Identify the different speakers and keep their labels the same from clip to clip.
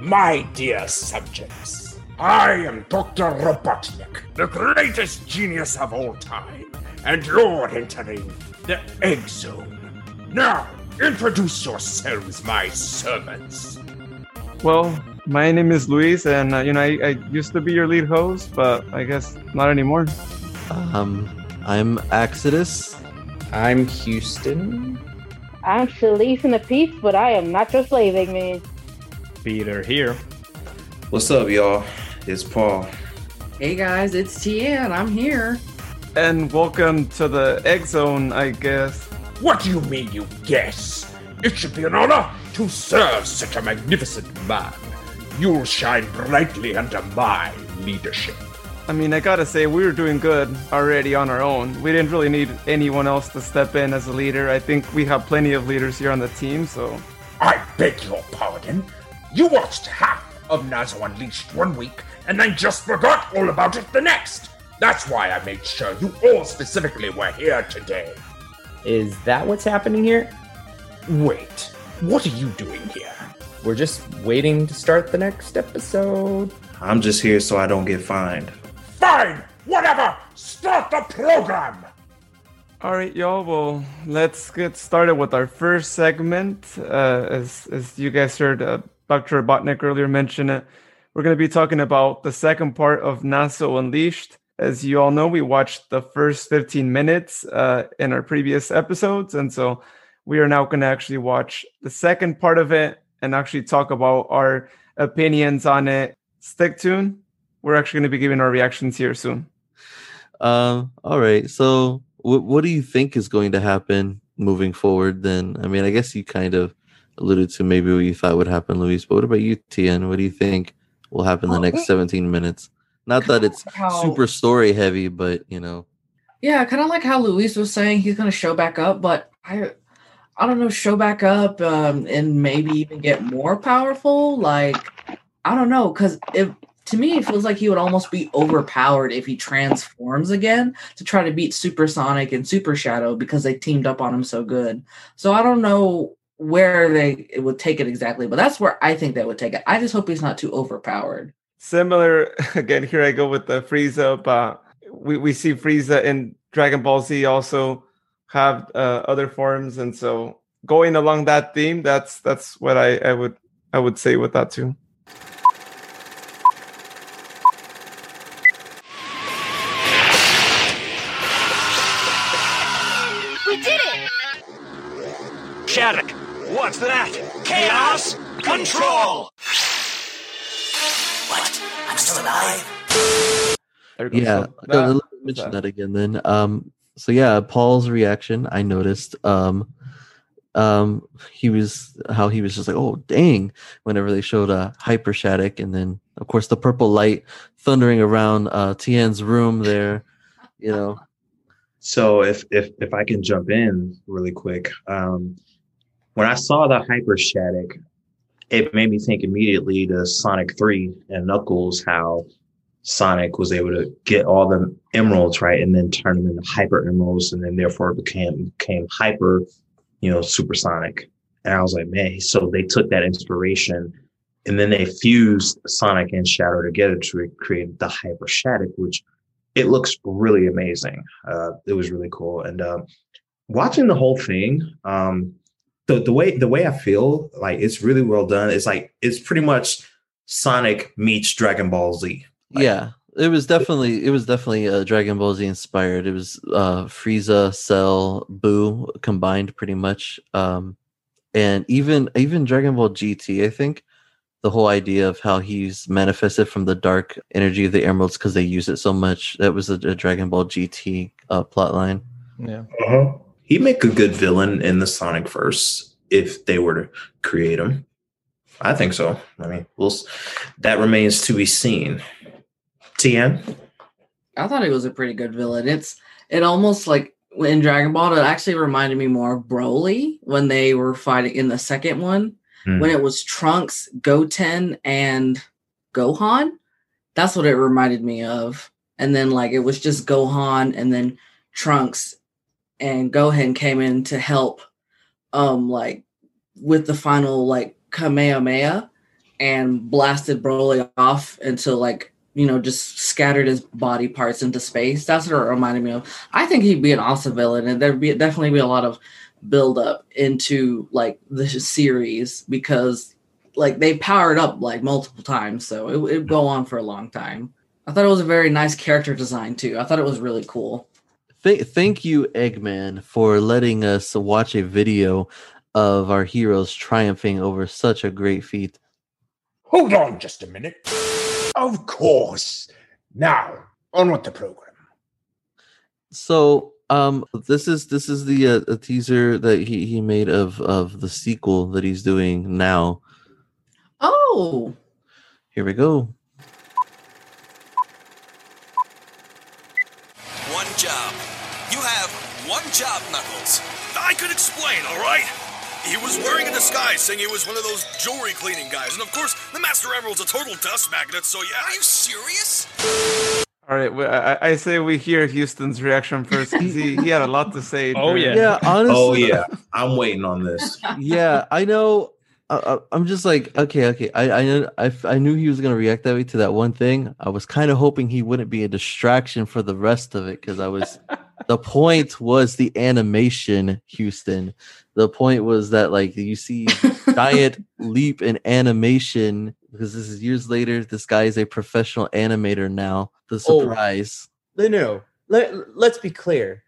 Speaker 1: My dear subjects, I am Dr. Robotnik, the greatest genius of all time, and you're entering the Egg Zone. Now, introduce yourselves, my servants.
Speaker 2: Well, my name is Luis, and uh, you know I, I used to be your lead host, but I guess not anymore.
Speaker 3: Um, I'm Exodus.
Speaker 4: I'm Houston.
Speaker 5: I'm Shalise and the Peace, but I am not your slave, Eggman.
Speaker 6: Peter here.
Speaker 4: What's up, y'all? It's Paul.
Speaker 7: Hey guys, it's Tien. I'm here.
Speaker 2: And welcome to the Egg Zone, I guess.
Speaker 1: What do you mean, you guess? It should be an honor to serve Oh, such a magnificent man. You'll shine brightly under my leadership.
Speaker 2: I mean, I gotta say, we were doing good already on our own. We didn't really need anyone else to step in as a leader. I think we have plenty of leaders here on the team, so.
Speaker 1: I beg your pardon. You watched half of Nazo Unleashed one week, and then just forgot all about it the next. That's why I made sure you all specifically were here today.
Speaker 8: Is that what's happening here?
Speaker 1: Wait, what are you doing here?
Speaker 8: We're just waiting to start the next episode.
Speaker 4: I'm just here so I don't get fined.
Speaker 1: Fine, whatever, start the program!
Speaker 2: All right, y'all. Well, let's get started with our first segment. Uh, as as you guys heard, uh, Dr. Botnick earlier mentioned it. We're going to be talking about the second part of NASA Unleashed. As you all know, we watched the first 15 minutes uh, in our previous episodes, and so we are now going to actually watch the second part of it and actually talk about our opinions on it. Stick tuned. We're actually going to be giving our reactions here soon.
Speaker 3: Um, all right. So, wh- what do you think is going to happen moving forward? Then, I mean, I guess you kind of alluded to maybe what you thought would happen, Luis. But what about you, Tian? What do you think will happen in the next 17 minutes? Not that it's
Speaker 7: How-
Speaker 3: super story heavy, but you know,
Speaker 7: Yeah, kind of like how Luis was saying he's gonna show back up, but I, I don't know, show back up um, and maybe even get more powerful. Like I don't know, because if to me it feels like he would almost be overpowered if he transforms again to try to beat Supersonic and Super Shadow because they teamed up on him so good. So I don't know where they it would take it exactly, but that's where I think they would take it. I just hope he's not too overpowered.
Speaker 2: Similar again. Here I go with the Frieza. But we we see Frieza in Dragon Ball Z also have uh, other forms, and so going along that theme, that's that's what I I would I would say with that too.
Speaker 9: We did it!
Speaker 10: Shattuck, what's that? Chaos Control! What? I'm still alive?
Speaker 2: There goes
Speaker 3: yeah.
Speaker 2: some-
Speaker 3: no,
Speaker 2: that-
Speaker 3: let me mention that again then. Um, so yeah, Paul's reaction. I noticed. Um, um, he was how he was just like, oh dang, whenever they showed uh, Hyper Shattuck, and then of course the purple light thundering around uh, Tian's room there. You know,
Speaker 4: So if if if I can jump in really quick, um, when I saw the hyper Shattuck, it made me think immediately to Sonic Three and Knuckles, how Sonic was able to get all the emeralds right and then turn them into hyper emeralds, and then therefore became became hyper, you know, supersonic. And I was like, man, so they took that inspiration. And then they fused Sonic and Shadow together to create the Hyper Shattuck, which it looks really amazing uh, it was really cool. And um, watching the whole thing, um, the the way the way I feel like it's really well done. It's like it's pretty much Sonic meets Dragon Ball Z. Like-
Speaker 3: yeah it was definitely it was definitely uh, dragon ball z inspired it was uh frieza cell boo combined pretty much um and even even dragon ball gt i think the whole idea of how he's manifested from the dark energy of the emeralds because they use it so much that was a, a dragon ball gt uh, plot line
Speaker 6: Yeah.
Speaker 4: He'd make a good villain in the Sonic verse if they were to create him. I think so. I mean, we'll s- that remains to be seen. Tien,
Speaker 7: I thought it was a pretty good villain. It's it almost like in Dragon Ball, it actually reminded me more of Broly when they were fighting in the second one,
Speaker 5: Mm.
Speaker 4: Hmm.
Speaker 7: when it was Trunks, Goten, and Gohan. That's what it reminded me of. And then like it was just Gohan and then Trunks and Gohan came in to help um like with the final like Kamehameha and blasted Broly off into like you know just scattered his body parts into space. That's what it reminded me of. I think he'd be an awesome villain, and there'd be definitely be a lot of build up into like the series because like they powered up like multiple times, so it would go on for a long time. I thought it was a very nice character design too. I thought it was really cool.
Speaker 3: Th- thank you, Eggman, for letting us watch a video of our heroes triumphing over such a great feat.
Speaker 1: Hold on just a minute. Of course. Now, on with the program.
Speaker 3: So, um, this is this is the uh, a teaser that he he made of of the sequel that he's doing now.
Speaker 7: Oh,
Speaker 3: Here we go.
Speaker 10: One job. You have one job, Knuckles.
Speaker 11: I could explain, all right? He was wearing a disguise, saying he was one of those jewelry cleaning guys, and of course, the Master Emerald's a total dust magnet, so yeah.
Speaker 10: Are you serious?
Speaker 2: All right, well, I, I- I say we hear Houston's reaction first 'cause he, he had a lot to say.
Speaker 6: Oh,
Speaker 2: during-
Speaker 6: yeah.
Speaker 3: Yeah, honestly.
Speaker 12: Oh yeah, I'm waiting on this.
Speaker 3: yeah, I know. I, I, I'm just like, okay, okay. I I, know, I I knew he was gonna react that way to that one thing. I was kind of hoping he wouldn't be a distraction for the rest of it because I was. the point was the animation, Houston. The point was that like you see giant leap in animation because this is years later. This guy is a professional animator now. The
Speaker 8: Oh.
Speaker 3: surprise.
Speaker 8: No, no. Let, let's be clear.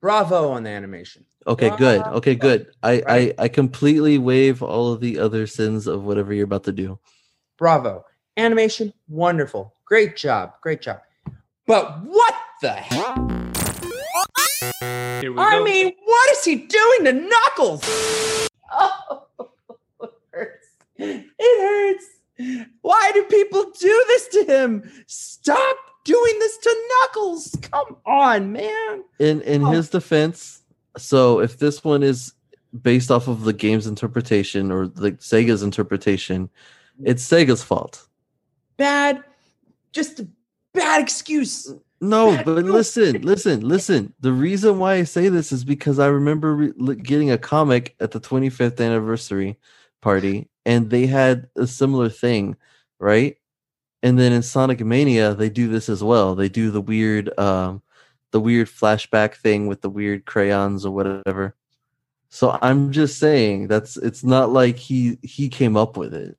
Speaker 8: Bravo on the animation.
Speaker 3: Okay, good.
Speaker 8: Wow.
Speaker 3: Okay, good. I,
Speaker 8: Right.
Speaker 3: I I completely waive all of the other sins of whatever you're about to do.
Speaker 8: Bravo. Animation, wonderful. Great job. Great job. But what the heck?
Speaker 6: Here we
Speaker 8: I
Speaker 6: go.
Speaker 8: mean, what is he doing to Knuckles?
Speaker 7: oh, it hurts.
Speaker 8: It hurts. Why do people do this to him? Stop doing this to Knuckles. Come on, man.
Speaker 3: in in his defense so if this one is based off of the game's interpretation or like sega's interpretation it's sega's fault
Speaker 8: Bad. Just a bad excuse.
Speaker 3: no
Speaker 8: Yeah,
Speaker 3: but
Speaker 8: no.
Speaker 3: listen listen listen the reason why i say this is because i remember re- li- getting a comic at the 25th anniversary party and they had a similar thing right and then in sonic mania they do this as well they do the weird um the weird flashback thing with the weird crayons or whatever so i'm just saying that's it's not like he he came up with it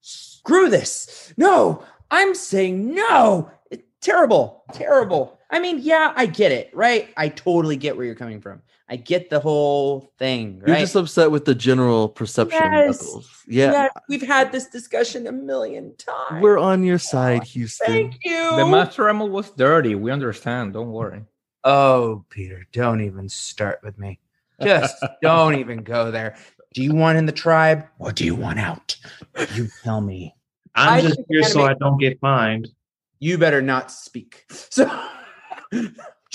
Speaker 8: screw this. No, I'm saying no. It- terrible, terrible. I mean, yeah, I get it, right? I totally get where you're coming from. I get the whole thing, right?
Speaker 3: you're just upset with the general perception
Speaker 8: Yes.
Speaker 3: Knuckles. yeah
Speaker 8: Yeah, we've had this discussion a million times.
Speaker 3: We're on your side, Houston.
Speaker 8: Thank you.
Speaker 6: The Master Emerald was dirty. We understand. Don't worry.
Speaker 8: oh, Peter, don't even start with me. Just don't even go there. Do you want in the tribe or do you want out? You tell me. I
Speaker 12: I'm just
Speaker 8: think
Speaker 12: here so I
Speaker 8: anime-
Speaker 12: don't get fined.
Speaker 8: You better not speak. So just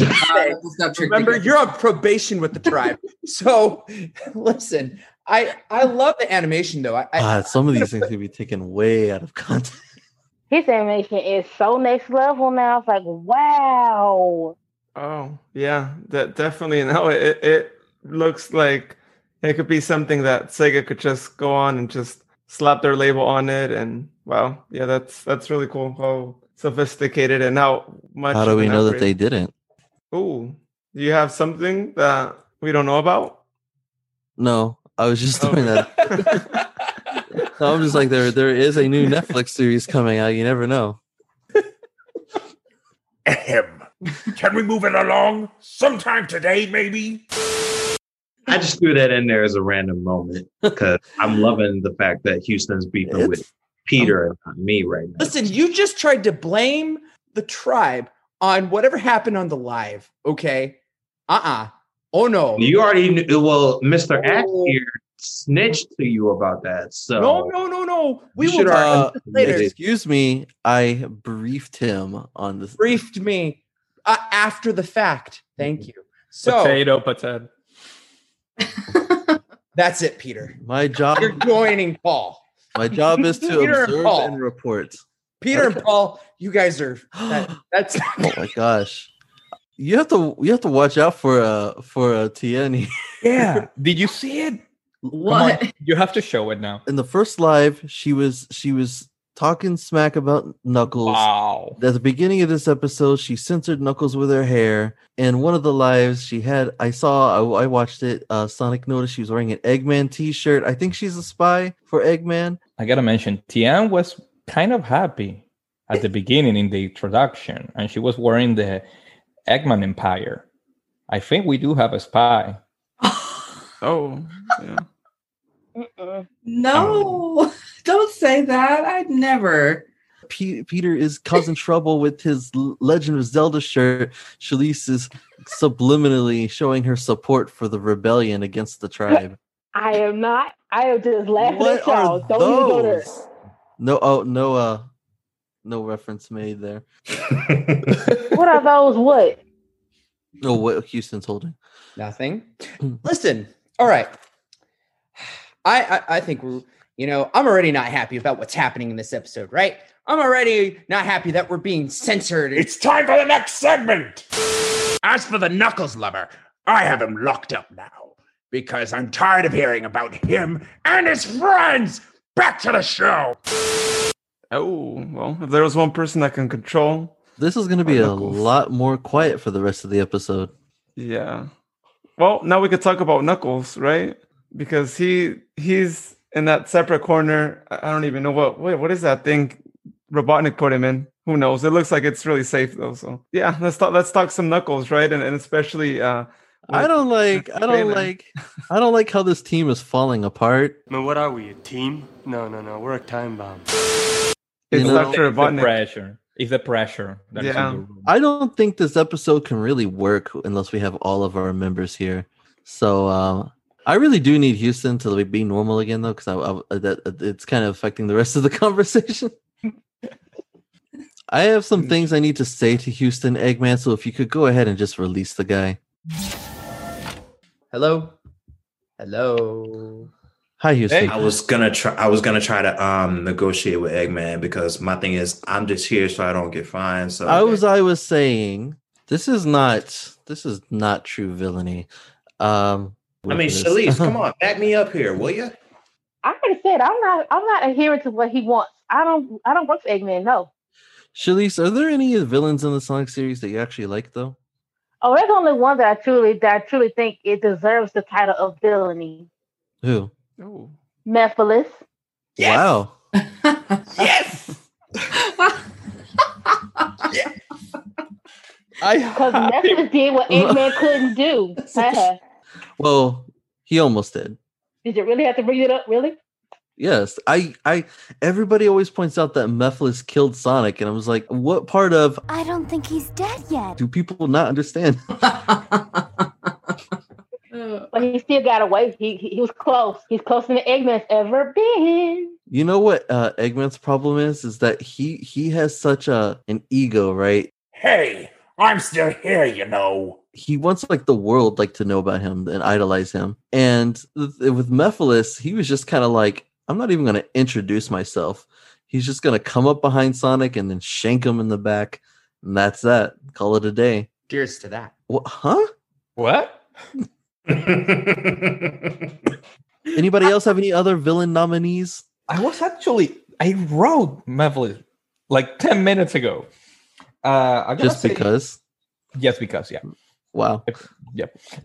Speaker 7: Ah,
Speaker 8: say,
Speaker 7: that just got tricked
Speaker 8: Remember,
Speaker 7: again.
Speaker 8: you're on probation with the tribe. so, listen, I I love the animation though. I, I
Speaker 3: God, Ah, Uh, some of these things could be taken way out of context.
Speaker 5: His animation is so next level now. It's like, wow.
Speaker 2: Oh, yeah, that definitely. No, it, it looks like it could be something that Sega could just go on and just slap their label on it. And wow, yeah, that's that's really cool. How sophisticated and how much.
Speaker 3: How do we know that they didn't?
Speaker 2: Oh, do you have something that we don't know about?
Speaker 3: No, I was just doing that.
Speaker 2: that.
Speaker 3: No, I'm just like there. There is a new Netflix series coming out. You never know.
Speaker 1: Ahem. Can we move it along? Sometime today, maybe?
Speaker 12: I just threw that in there as a random moment because I'm loving the fact that Houston's beefing with
Speaker 3: It's-
Speaker 12: Peter and not me right now.
Speaker 8: listen. You just tried to blame the tribe on whatever happened on the live. Okay. Uh uh Oh no.
Speaker 12: You already knew. Well, Mr. Act
Speaker 8: Oh.
Speaker 12: here snitched to you about that. So
Speaker 8: no no no no. We
Speaker 12: You
Speaker 8: will
Speaker 12: should
Speaker 8: talk
Speaker 12: already-
Speaker 8: about this later.
Speaker 3: Excuse me. I briefed him on this.
Speaker 8: Briefed me uh, after the fact. Thank you. So
Speaker 6: potato, potato.
Speaker 8: that's it, Peter.
Speaker 3: My job.
Speaker 8: You're joining Paul.
Speaker 3: My job is to
Speaker 8: Peter
Speaker 3: observe
Speaker 8: Paul.
Speaker 3: and report.
Speaker 8: Peter and Paul, you guys are that,
Speaker 3: oh
Speaker 8: that's
Speaker 3: my gosh. You have to. You have to watch out for uh for uh, Tiani.
Speaker 6: Yeah. Did you see it?
Speaker 7: What?
Speaker 6: You have to show it now.
Speaker 3: in the first live she was she was talking smack about knuckles
Speaker 6: Wow.
Speaker 3: at the beginning of this episode she censored knuckles with her hair and one of the lives she had i saw i, I watched it uh, sonic noticed she was wearing an eggman t-shirt i think she's a spy for eggman
Speaker 6: I gotta mention, Tian was kind of happy at the beginning in the introduction, and she was wearing the Eggman Empire. I think we do have a spy.
Speaker 2: Oh, yeah.
Speaker 5: Mm-mm.
Speaker 3: Oh.
Speaker 7: No, don't say that. I'd never.
Speaker 3: Pe- peter is causing trouble with his L- legend of zelda shirt shalise is subliminally showing her support for the rebellion against the tribe
Speaker 5: I am not. I am just laughing
Speaker 3: what
Speaker 5: at y'all.
Speaker 3: are
Speaker 5: Don't even go there.
Speaker 3: those no oh no uh no reference made there
Speaker 5: What are those? What?
Speaker 3: no what houston's holding
Speaker 8: Nothing.
Speaker 3: Mm.
Speaker 8: Listen. All right. I, I I think we're you know I'm already not happy about what's happening in this episode, right? I'm already not happy that we're being censored. and-
Speaker 1: It's time for the next segment. As for the Knuckles lover, I have him locked up now because I'm tired of hearing about him and his friends. Back to the show.
Speaker 2: Oh, well, if there was one person that can control,
Speaker 3: This is going to be a
Speaker 2: Knuckles.
Speaker 3: lot more quiet for the rest of the episode.
Speaker 2: yeah. Well, now we could talk about Knuckles, right? Because he he's in that separate corner. I I don't even know what wait, what is that thing Robotnik put him in? Who knows? It looks like it's really safe though. So yeah, let's talk let's talk some Knuckles, right? And, and especially uh
Speaker 3: I
Speaker 2: with-
Speaker 3: don't like. I don't
Speaker 2: Baylor.
Speaker 3: like. I don't like how this team is falling apart.
Speaker 13: Man, what are we, a team? No, no, no, we're a time bomb.
Speaker 2: it's
Speaker 3: you know,
Speaker 2: Dr.
Speaker 6: It's the
Speaker 2: Robotnik.
Speaker 6: pressure. It's the pressure. that is in
Speaker 2: Yeah.
Speaker 6: the room.
Speaker 3: I don't think this episode can really work unless we have all of our members here. So uh, I really do need Houston to like, be normal again, though, because I, I, that uh, it's kind of affecting the rest of the conversation. I have some things I need to say to Houston Eggman. So if you could go ahead and just release the guy.
Speaker 8: Hello. Hello.
Speaker 3: Hi, Houston.
Speaker 12: I was gonna try. I was gonna try to um negotiate with Eggman because my thing is I'm just here so I don't get fined. So
Speaker 3: I was I was saying this is not this is not true villainy. Um
Speaker 12: I mean,
Speaker 3: with this-
Speaker 12: Shalise, come on, back me up here, will you?
Speaker 5: I already said I'm not. I'm not adhering to what he wants. I don't. I don't work for Eggman. No.
Speaker 3: Shalise, are there any villains in the Sonic series that you actually like though?
Speaker 5: Oh, there's only one that I truly that I truly think it deserves the title of villainy.
Speaker 3: Who?
Speaker 2: Oh.
Speaker 5: Mephiles.
Speaker 8: Yes!
Speaker 3: Wow.
Speaker 8: Yes.
Speaker 5: Because
Speaker 3: I
Speaker 5: Mephiles did what Eggman couldn't do. Haha.
Speaker 3: well, he almost did.
Speaker 5: Did you really have to bring it up? Really?
Speaker 3: Yes. I I everybody always points out that Mephiles killed Sonic, and I was like, what part of
Speaker 9: I don't think he's dead yet.
Speaker 3: do people not understand?
Speaker 5: Uh, But he still got away. He he, he was close. He's closer than Eggman's ever been.
Speaker 3: You know what uh Eggman's problem is? Is that he he has such a an ego, right?
Speaker 1: Hey, I'm still here, you know.
Speaker 3: he wants like the world like to know about him and idolize him. And th- with Mephiles, he was just kind of like, I'm not even going to introduce myself. He's just going to come up behind Sonic and then shank him in the back, and that's that. Call it a day.
Speaker 8: Cheers to that.
Speaker 3: What, huh?
Speaker 6: What?
Speaker 3: Anybody else have any other villain nominees?
Speaker 6: I was actually I wrote Mevlis like ten minutes ago. Uh, I'm gonna
Speaker 3: Just
Speaker 6: say-
Speaker 3: because?
Speaker 6: Yes, because yeah.
Speaker 3: Wow.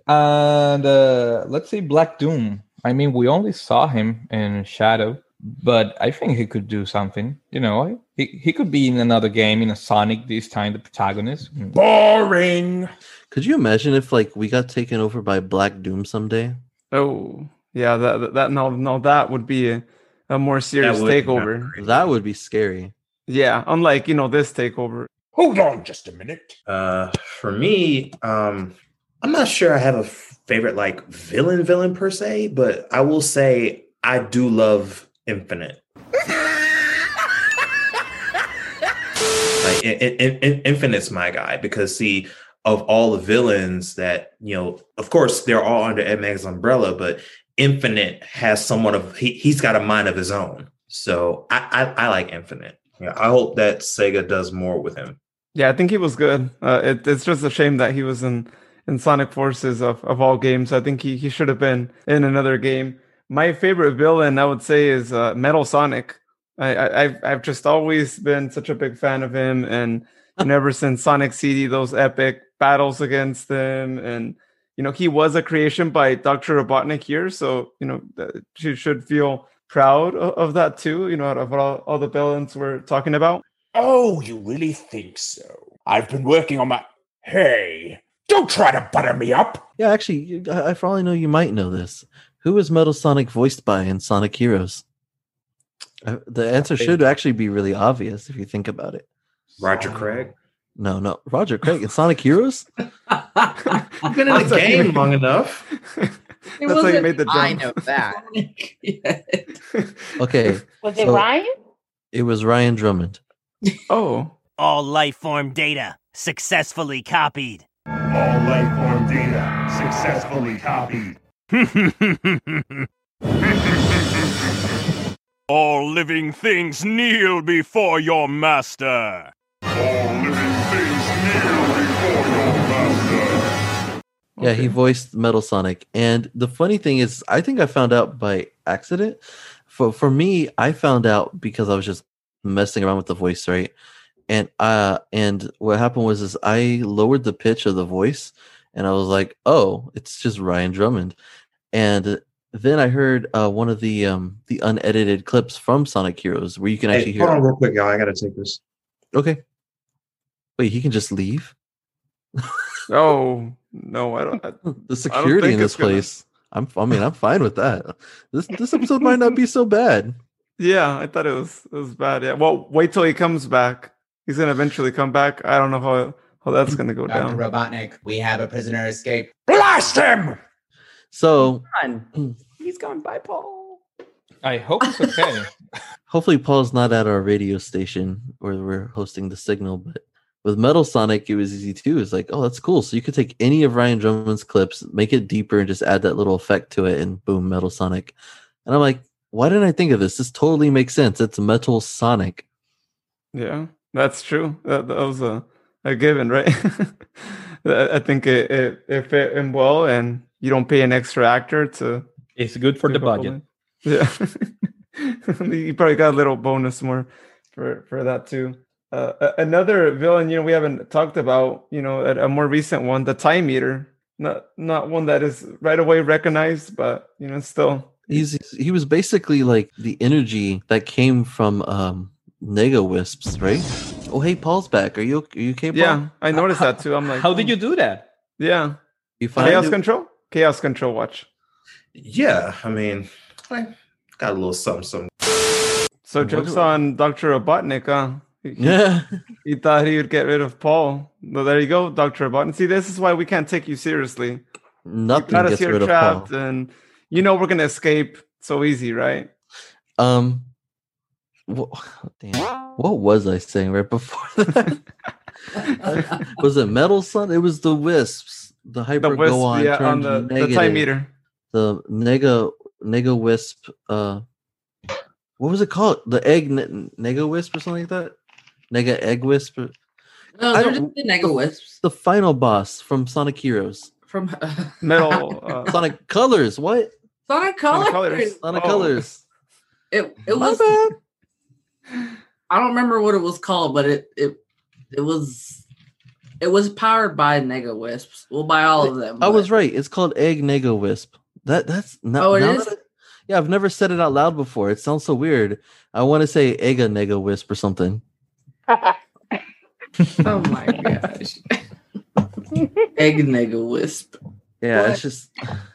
Speaker 6: And uh, let's say Black Doom. I mean, we only saw him in Shadow, but I think he could do something. You know, he, he could be in another game in a Sonic this time, the protagonist. Mm.
Speaker 1: Boring.
Speaker 3: Could you imagine if like we got taken over by Black Doom someday?
Speaker 2: Oh, yeah, that that- that now now that would be a, a more serious
Speaker 12: would be
Speaker 2: takeover.
Speaker 3: That would be scary.
Speaker 2: Yeah, unlike, you know, this takeover.
Speaker 1: Hold on Um, just a minute.
Speaker 12: Uh, for me, um, I'm not sure I have a favorite like villain villain per se, but I will say I do love Infinite. like in, in, in, Infinite's my guy because see, of all the villains that you know, of course they're all under Ed Mag's umbrella, but Infinite has somewhat of he he's got a mind of his own. So I I, I like Infinite. Yeah, I hope that Sega does more with him.
Speaker 2: Yeah, I think he was good. Uh, it, it's just a shame that he was in in Sonic Forces of, of all games. I think he, he should have been in another game. My favorite villain, I would say, is uh, Metal Sonic. I, I, I've I've just always been such a big fan of him, and you know, ever since Sonic CD, those epic battles against him, and you know, he was a creation by Doctor Robotnik here, so you know, th- she should feel proud of, of that too. You know, out of all, all the villains we're talking about.
Speaker 1: Oh, you really think so? I've been working on my. Hey, don't try to butter me up.
Speaker 3: Yeah, actually, you- I, I for all I know, you might know this. Who was Metal Sonic voiced by in Sonic Heroes? Uh, The answer should actually be really obvious if you think about it. Uh,
Speaker 12: Roger Craig.
Speaker 3: No, no, Roger Craig in Sonic Heroes.
Speaker 8: I've been in the game long
Speaker 12: enough.
Speaker 8: It
Speaker 3: That's how you
Speaker 8: wasn't-
Speaker 3: made the
Speaker 8: I know
Speaker 3: jump.
Speaker 8: that.
Speaker 3: Okay,
Speaker 5: Was it
Speaker 3: So-
Speaker 5: Ryan?
Speaker 3: it was Ryan Drummond.
Speaker 2: Oh.
Speaker 14: All life form data successfully copied.
Speaker 11: All life form data successfully copied.
Speaker 15: All living things kneel before your master.
Speaker 3: Yeah, he voiced Metal Sonic. And the funny thing is, I think I found out by accident. For for me, I found out because I was just messing around with the voice, right? And uh and what happened was is I lowered the pitch of the voice and I was like, "Oh, it's just Ryan Drummond." And then I heard uh, one of the um the unedited clips from Sonic Heroes where you can
Speaker 12: Hey,
Speaker 3: actually hear
Speaker 12: hold on real quick, y'all. I gotta take this.
Speaker 3: Okay. Wait, he can just leave?
Speaker 2: Oh no, I don't. I,
Speaker 3: the security in this place. I'm, I mean, I'm fine with that. This this episode might not be so bad.
Speaker 2: Yeah, I thought it was it was bad. Yeah. Well, wait till he comes back. He's gonna eventually come back. I don't know how how that's gonna go
Speaker 16: Dr.
Speaker 2: down.
Speaker 16: Robotnik, we have a prisoner escape.
Speaker 1: Blast him!
Speaker 3: So
Speaker 8: Run. He's gone. Bye, Paul.
Speaker 6: I hope it's okay.
Speaker 3: hopefully, Paul's not at our radio station where we're hosting the signal. But with Metal Sonic, it was easy too. It's like, oh, that's cool. So you could take any of Ryan Drummond's clips, make it deeper, and just add that little effect to it, and boom, Metal Sonic. And I'm like, why didn't I think of this? This totally makes sense. It's Metal Sonic.
Speaker 2: Yeah, that's true. That, that was a, a given, right? I I think it, it it fit in well, and you don't pay an extra actor to.
Speaker 6: It's good for
Speaker 2: to
Speaker 6: the
Speaker 2: compliment. Yeah, you probably got a little bonus more for for that too. Uh, a- another villain, you know, we haven't talked about, you know, a, a more recent one, the Time Eater. Not not one that is right away recognized, but you know, still.
Speaker 3: He's he was basically like the energy that came from um Nega Wisps, right? Oh, hey, Paul's back. Are you are you okay? Paul?
Speaker 2: Yeah, I noticed that too. I'm like, oh.
Speaker 3: how did
Speaker 6: you do that?
Speaker 2: Yeah,
Speaker 3: You find
Speaker 2: chaos
Speaker 3: it-
Speaker 2: control, chaos control. Watch.
Speaker 12: Yeah, I mean, I got a little something, something.
Speaker 2: So
Speaker 12: What
Speaker 2: jokes
Speaker 12: do-
Speaker 2: on Doctor Robotnik, huh? He- he-
Speaker 3: Yeah.
Speaker 2: He thought he would get rid of Paul. Well, there you go, Doctor Robotnik. See, this is why we can't take you seriously.
Speaker 3: Nothing
Speaker 2: got us
Speaker 3: gets
Speaker 2: here
Speaker 3: rid of Paul.
Speaker 2: trapped, and you know we're gonna escape so easy, right?
Speaker 3: Um, wha- damn, what was I saying right before that? was it Metal Sun? It was the Wisps, the Hyper
Speaker 2: Wisp,
Speaker 3: Go on,
Speaker 2: yeah, on the-
Speaker 3: turned
Speaker 2: the time
Speaker 3: negative.
Speaker 2: meter.
Speaker 3: the Nega Nega Wisp. Uh, what was it called? The Egg ne- Nega Wisp or something like that. Nega Egg Wisp. or-
Speaker 7: No,
Speaker 3: I
Speaker 7: they're just
Speaker 3: don't-
Speaker 7: the Nega Wisps.
Speaker 3: The final boss from Sonic Heroes.
Speaker 7: From
Speaker 2: Metal uh,
Speaker 3: Sonic Colors. What?
Speaker 7: Sonic Colors. Oh.
Speaker 3: Sonic Colors.
Speaker 7: It it was. I don't remember what it was called, but it it it was it was powered by Nega Wisps. Well, by all of them.
Speaker 3: I was right. It's called Egg Nega Wisp. That that's not.
Speaker 7: Oh, it
Speaker 3: now
Speaker 7: is?
Speaker 3: that I- yeah, I've never said it out loud before. It sounds so weird. I want to say Ega Nega Wisp or something.
Speaker 7: oh my gosh. Egg Nega Wisp.
Speaker 3: Yeah, it's just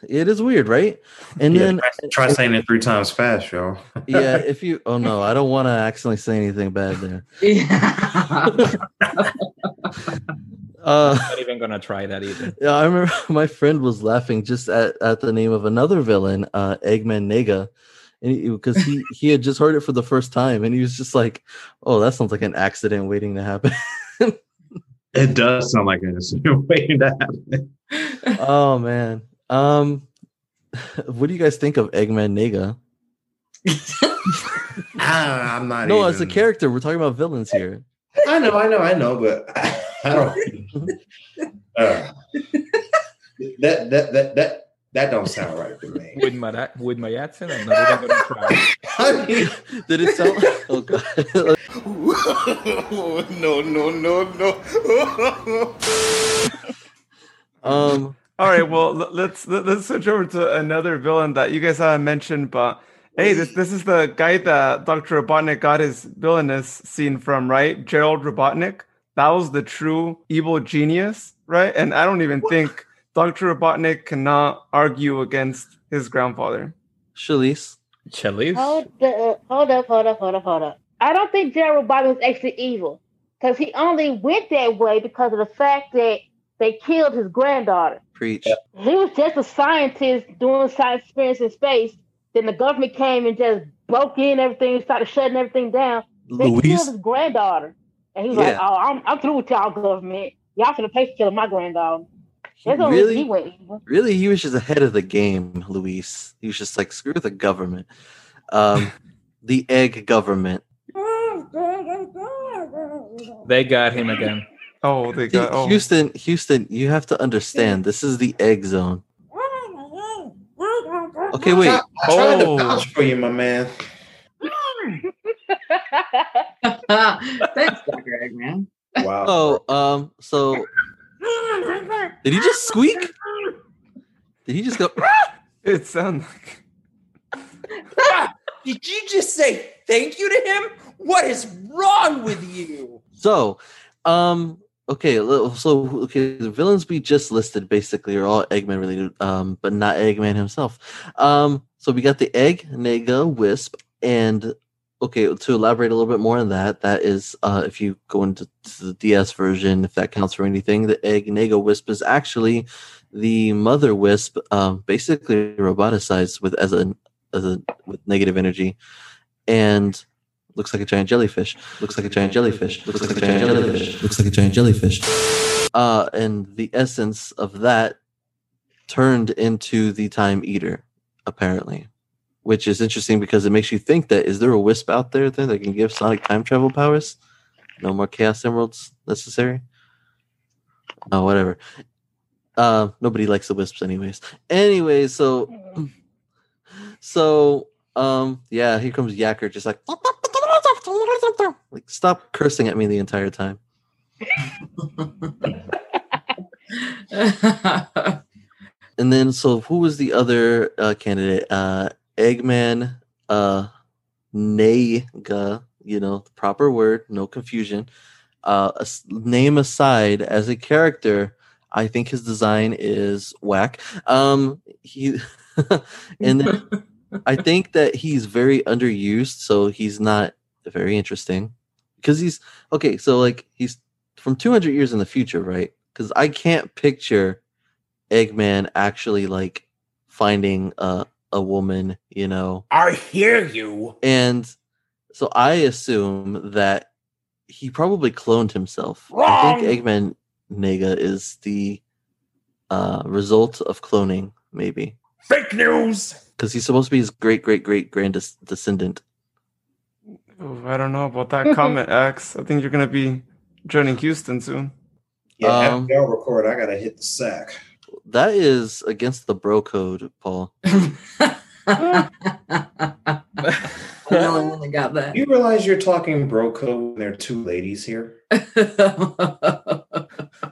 Speaker 3: it is weird, right? And
Speaker 12: Yeah,
Speaker 3: then
Speaker 12: try, try saying it three times fast, y'all.
Speaker 3: yeah, if you oh no, I don't want to accidentally say anything bad there. Uh,
Speaker 6: I'm not even gonna try that either.
Speaker 3: Yeah, I remember my friend was laughing just at, at the name of another villain, uh, Eggman Nega, and because he, he had just heard it for the first time, and he was just like, "Oh, that sounds like an accident waiting to happen."
Speaker 12: It does sound like an incident waiting to happen.
Speaker 3: oh man, um, what do you guys think of Eggman Nega?
Speaker 12: I, am Ah, not.
Speaker 3: no,
Speaker 12: even,
Speaker 3: as a character, we're talking about villains here.
Speaker 12: I know, I know, I know, but I don't. Uh, that that that that
Speaker 4: That don't sound right to me.
Speaker 6: With my with my accent, I'm not even gonna try.
Speaker 3: I mean, did it sound? Oh god.
Speaker 17: oh, no, no, no, no.
Speaker 3: um.
Speaker 2: All right. Well, l- let's let- let's switch over to another villain that you guys haven't mentioned, but hey, this this is the guy that Doctor Robotnik got his villainous scene from, right? Gerald Robotnik. That was the true evil genius, right? And I don't even think Doctor Robotnik cannot argue against his grandfather.
Speaker 3: Chalice.
Speaker 6: Chalice.
Speaker 5: Hold, the, hold up, hold up, hold up, hold up. I don't think Gerald Bobby was actually evil because he only went that way because of the fact that they killed his granddaughter.
Speaker 3: Preach.
Speaker 5: He was just a scientist doing science experiments in space. Then the government came and just broke in everything and started shutting everything down. They
Speaker 3: Luis?
Speaker 5: killed his granddaughter. And he was like,
Speaker 3: Yeah.
Speaker 5: oh, I'm, I'm through with y'all, government. Y'all should have paid for killing my granddaughter. That's the only reason he
Speaker 3: Really,
Speaker 5: went evil.
Speaker 3: really, he was just ahead of the game, Luis. He was just like, screw the government, um, the egg government.
Speaker 6: They got him again.
Speaker 2: Oh, they got. Oh.
Speaker 3: Houston, Houston, you have to understand. This is the egg zone. Okay, wait.
Speaker 4: I tried
Speaker 2: Oh.
Speaker 4: to vouch for you, my man.
Speaker 7: Thanks, Dr. Eggman.
Speaker 4: Wow.
Speaker 3: Oh, um, so did he just squeak? Did he just go?
Speaker 2: It sounded like
Speaker 8: Did you just say thank you to him? What is wrong with you?
Speaker 3: So, um, okay, li- so okay, the villains we just listed basically are all Eggman related, um, but not Eggman himself. Um, so we got the Egg, Nega, Wisp, and okay, to elaborate a little bit more on that, that is uh, if you go into to the DS version, if that counts for anything, the Egg, Nega, Wisp is actually the Mother Wisp, um, basically roboticized with as a as a with negative energy, and looks like a giant jellyfish. Looks like a giant jellyfish. Looks like a giant jellyfish. Looks like a giant jellyfish. Uh, and the essence of that turned into the Time Eater, apparently, which is interesting because it makes you think that is there a wisp out there then that can give Sonic time travel powers? No more Chaos Emeralds necessary. Oh, whatever. Uh, nobody likes the wisps, anyways. Anyway, so, so, um, yeah, here comes Yacker, just like like stop cursing at me the entire time. and then so who was the other uh, candidate? Uh Eggman uh Nega, you know, the proper word, no confusion. Uh as- name aside as a character, I think his design is whack. Um he and then I think that he's very underused, so he's not very interesting because he's okay. So like he's from 200 years in the future, right? Because I can't picture Eggman actually like finding a a woman, you know.
Speaker 1: I hear you.
Speaker 3: And so I assume that he probably cloned himself. I think Eggman Nega is the uh, result of cloning, maybe
Speaker 1: Fake news.
Speaker 3: because he's supposed to be his great great great grand des- descendant.
Speaker 2: Ooh, I don't know about that comment, X. I think you're gonna be joining Houston soon.
Speaker 4: Yeah,
Speaker 3: Um,
Speaker 4: after y'all record, I gotta hit the sack.
Speaker 3: That is against the bro code, Paul.
Speaker 7: I'm the only one that got that.
Speaker 4: You realize you're talking bro code when there are two ladies here?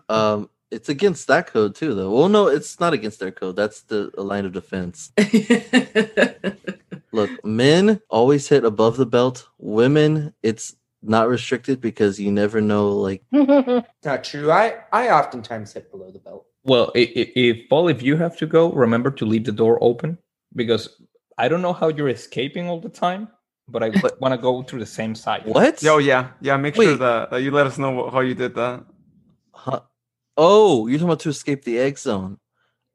Speaker 3: Um, it's against that code too, though. Well, no, it's not against their code. That's the a line of defense. Look, men always hit above the belt. Women, it's not restricted because you never know. Like,
Speaker 8: Not true. I I oftentimes hit below the belt.
Speaker 6: Well, i- i- if Paul, if you have to go, remember to leave the door open because I don't know how you're escaping all the time, but I want to go through the same side.
Speaker 3: what?
Speaker 2: Yo, yeah, yeah. Make sure
Speaker 3: Wait.
Speaker 2: that, that you let us know wh- how you did that.
Speaker 3: Huh? Oh, you're talking about to escape the egg zone.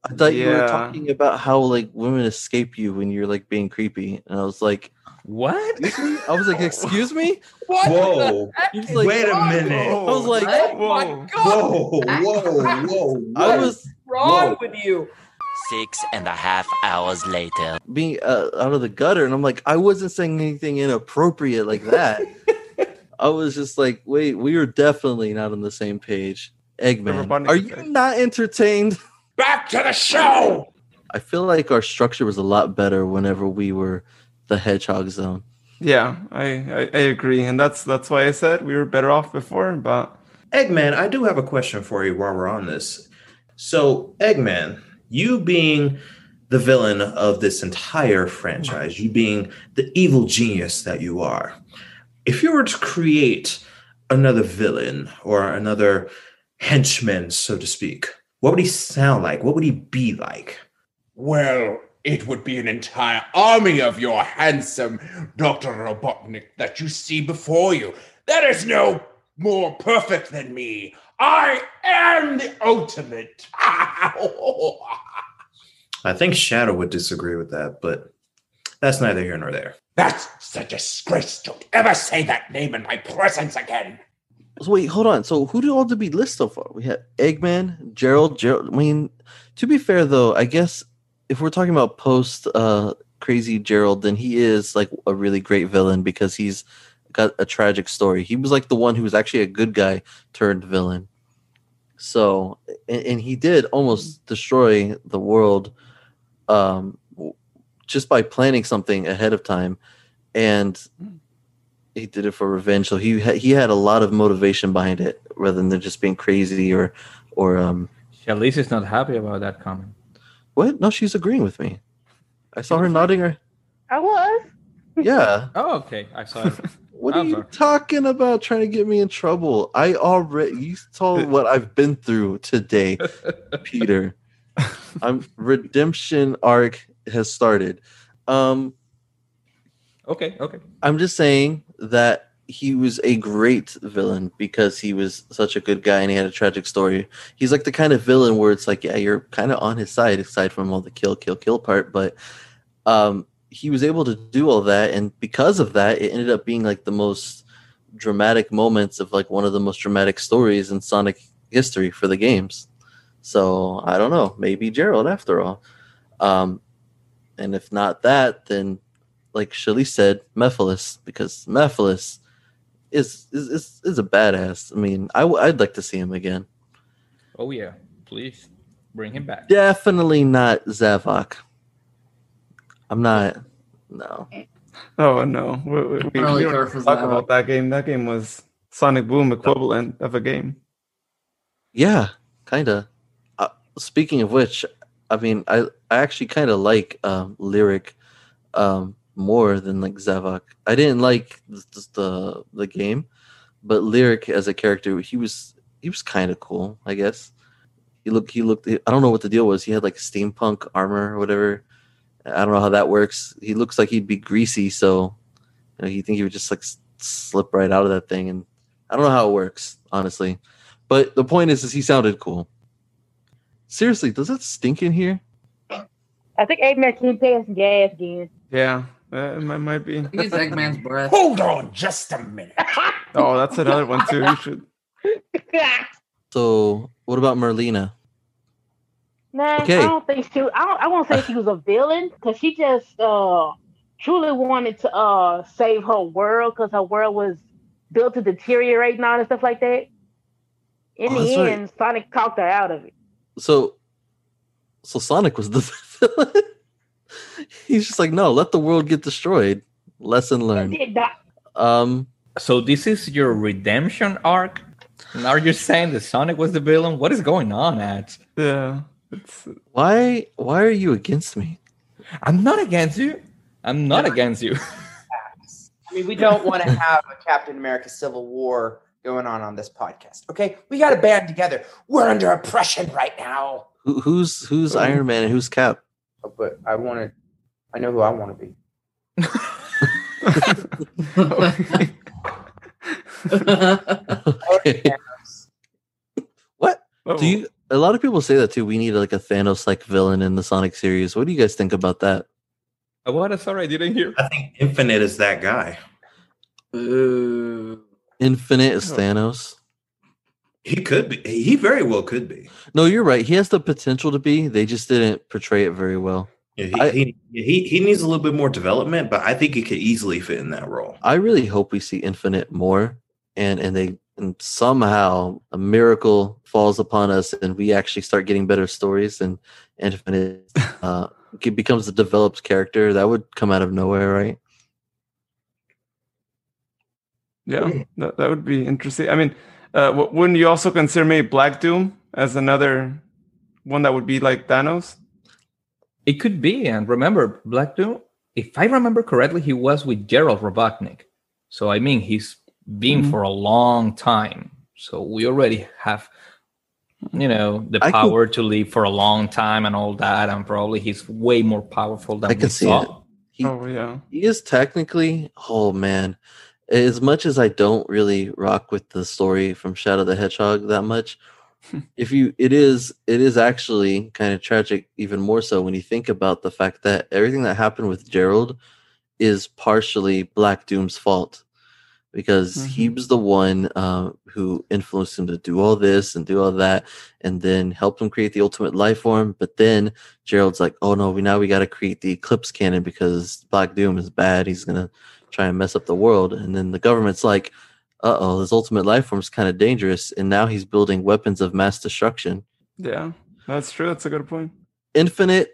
Speaker 3: I thought you were
Speaker 2: Yeah.
Speaker 3: talking about how like women escape you when you're like being creepy, and I was like,
Speaker 6: What?
Speaker 3: I was like, excuse me.
Speaker 8: What?
Speaker 4: Whoa.
Speaker 3: He's like-
Speaker 4: Wait a minute.
Speaker 3: I was like, "Oh
Speaker 8: What?
Speaker 2: Whoa.
Speaker 4: Whoa, whoa, whoa.
Speaker 3: I was
Speaker 8: Wrong
Speaker 4: Whoa.
Speaker 8: with you?
Speaker 18: Six and a half hours later.
Speaker 3: being uh, out of the gutter and i'm like i wasn't saying anything inappropriate like that i was just like wait we are definitely not on the same page eggman
Speaker 2: Everybody-
Speaker 3: are you not entertained
Speaker 1: Back to the show.
Speaker 3: I feel like our structure was a lot better whenever we were the hedgehog zone.
Speaker 2: Yeah, I, I, I agree, and that's that's why I said we were better off before. But
Speaker 4: Eggman, I do have a question for you while we're on this. So, Eggman, you being the villain of this entire franchise, you being the evil genius that you are, if you were to create another villain or another henchman, so to speak, what would he sound like? What would he be like?
Speaker 1: Well, it would be an entire army of your handsome Dr. Robotnik that you see before you. There is no more perfect than me. I am the ultimate.
Speaker 4: I think Shadow would disagree with that, but that's neither here nor there.
Speaker 1: That's such a disgrace. Don't ever say that name in my presence again.
Speaker 3: So wait, hold on. So who do all did we list so far? We had Eggman, Gerald, Gerald. I mean, to be fair though, I guess if we're talking about post uh, crazy Gerald, then he is like a really great villain because he's got a tragic story. He was like the one who was actually a good guy turned villain. So and, and he did almost destroy the world um, w- just by planning something ahead of time, and he did it for revenge. So he ha- he had a lot of motivation behind it, rather than just being crazy or or um.
Speaker 6: Shalise is not happy about that comment.
Speaker 3: What? No, she's agreeing with me. I saw her nodding her.
Speaker 5: I was.
Speaker 3: Yeah.
Speaker 6: Oh, okay. I saw it.
Speaker 3: What are you talking about? Trying to get me in trouble? I already you saw what I've been through today, Peter. I'm redemption arc has started. Um,
Speaker 6: Okay, okay.
Speaker 3: I'm just saying that he was a great villain because he was such a good guy and he had a tragic story. He's like the kind of villain where it's like, yeah, you're kind of on his side, aside from all the kill, kill, kill part. But um, he was able to do all that, and because of that, it ended up being like the most dramatic moments of like one of the most dramatic stories in Sonic history for the games. So I don't know, maybe Gerald after all. Um, and if not that, then like Shelly said, Mephiles, because Mephiles is is, is is a badass. I mean, I w- I'd like to see him again.
Speaker 6: Oh yeah, please bring him back.
Speaker 3: Definitely not Zavok. I'm not. No.
Speaker 2: oh no, we, we, we,
Speaker 7: really
Speaker 2: we don't
Speaker 7: care
Speaker 2: have
Speaker 7: for
Speaker 2: to talk
Speaker 7: that.
Speaker 2: about that game. That game was Sonic Boom equivalent of a game.
Speaker 3: Yeah, kind of. Uh, speaking of which, I mean, I I actually kind of like um, lyric um, more than like Zavok. I didn't like th- th- the the game, but lyric as a character, he was he was kind of cool, I guess. He looked he looked. I don't know what the deal was. He had like steampunk armor or whatever. I don't know how that works. He looks like he'd be greasy, so you know, you think he would just like s- slip right out of that thing, and I don't know how it works, honestly. But the point is, is he sounded cool. Seriously, does that stink in here?
Speaker 5: I think Eggman can pay us some gas again.
Speaker 2: Yeah, uh, it might, might be.
Speaker 7: It's Eggman's breath.
Speaker 1: Hold on just a minute.
Speaker 2: Oh, that's another one too. You should.
Speaker 3: So, what about Merlina?
Speaker 5: Nah,
Speaker 3: Okay.
Speaker 5: I don't think she. I don't, I won't say she was a villain because she just uh truly wanted to uh save her world because her world was built to deteriorate and all that stuff like that. In
Speaker 3: Oh, that's
Speaker 5: the
Speaker 3: right.
Speaker 5: end, Sonic talked her out of it.
Speaker 3: So, so Sonic was the villain. He's just like, no, let the world get destroyed. Lesson learned.
Speaker 5: Did not.
Speaker 3: Um.
Speaker 6: So this is your redemption arc. And are you saying that Sonic was the villain? What is going on, at?
Speaker 2: Yeah. It's,
Speaker 3: Why? Why are you against me?
Speaker 6: I'm not against you. I'm not against you.
Speaker 8: I mean, we don't want to have a Captain America Civil War going on on this podcast. Okay, we got to band together. We're under oppression right now.
Speaker 3: Who, who's who's Iron Man and who's Cap?
Speaker 2: Oh,
Speaker 8: But I want to. I know who I want to be.
Speaker 3: what?
Speaker 2: Oh.
Speaker 3: Do you? A lot of people say that too. We need like a Thanos-like villain in the Sonic series. What do you guys think about that?
Speaker 6: Uh, What? I'm Sorry, I didn't hear.
Speaker 4: I think Infinite is that guy.
Speaker 7: Ooh.
Speaker 3: Infinite is
Speaker 2: Oh.
Speaker 3: Thanos.
Speaker 4: He could be. He very well could be.
Speaker 3: No, you're right. He has the potential to be. They just didn't portray it very well.
Speaker 4: Yeah, he,
Speaker 3: I-
Speaker 4: he, he he needs a little bit more development, but I think he could easily fit in that role.
Speaker 3: I really hope we see Infinite more, and and they and somehow a miracle falls upon us and we actually start getting better stories and and if it uh, it becomes a developed character that would come out of nowhere right
Speaker 2: Yeah, that, that would be interesting. I mean, uh, w- wouldn't you also consider maybe Black Doom as another one that would be like Thanos?
Speaker 6: It could be. And remember, Black Doom, if I remember correctly, he was with Gerald Robotnik. So, I mean, he's been
Speaker 3: Mhm.
Speaker 6: for a long time. So, we already have, you know, the
Speaker 3: I could-
Speaker 6: power to live for a long time and all that. And probably he's way more powerful than
Speaker 3: I
Speaker 6: we
Speaker 3: can see
Speaker 6: saw.
Speaker 3: it. He-
Speaker 2: oh yeah.
Speaker 3: He is technically, oh man, as much as I don't really rock with the story from Shadow the Hedgehog that much, if you it is it is actually kind of tragic even more so when you think about the fact that everything that happened with Gerald is partially Black Doom's fault because he was the one uh, who influenced him to do all this and do all that and then helped him create the ultimate life form but then gerald's like oh no we now we got to create the eclipse cannon because black doom is bad he's gonna try and mess up the world and then the government's like uh-oh this ultimate life form is kind of dangerous and now he's building weapons of mass destruction
Speaker 2: Yeah, that's true. That's a good point.
Speaker 3: infinite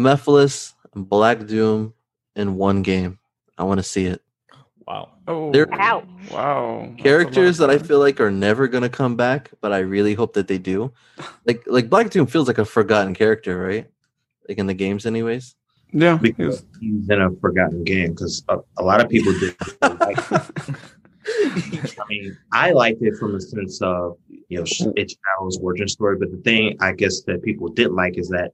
Speaker 3: mephiles and black doom in one game i want to see it
Speaker 6: wow
Speaker 2: Oh,
Speaker 3: There-
Speaker 2: wow. that's a
Speaker 3: characters
Speaker 2: lot.
Speaker 3: that I feel like are never gonna come back, but I really hope that they do. Like like Black Doom feels like a forgotten character, right? Like in the games, anyways.
Speaker 2: Yeah,
Speaker 12: because he's in a forgotten game because a, a lot of people did. like it. I mean, I liked it from a sense of you know sh- it's Shadow's origin story, but the thing I guess that people didn't like is that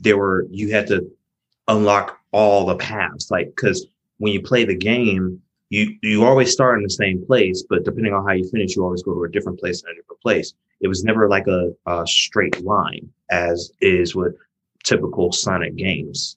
Speaker 12: there were you had to unlock all the paths, like because when you play the game. You, you always start in the same place, but depending on how you finish, you always go to a different place and a different place. It was never like a, a straight line, as is with typical Sonic games.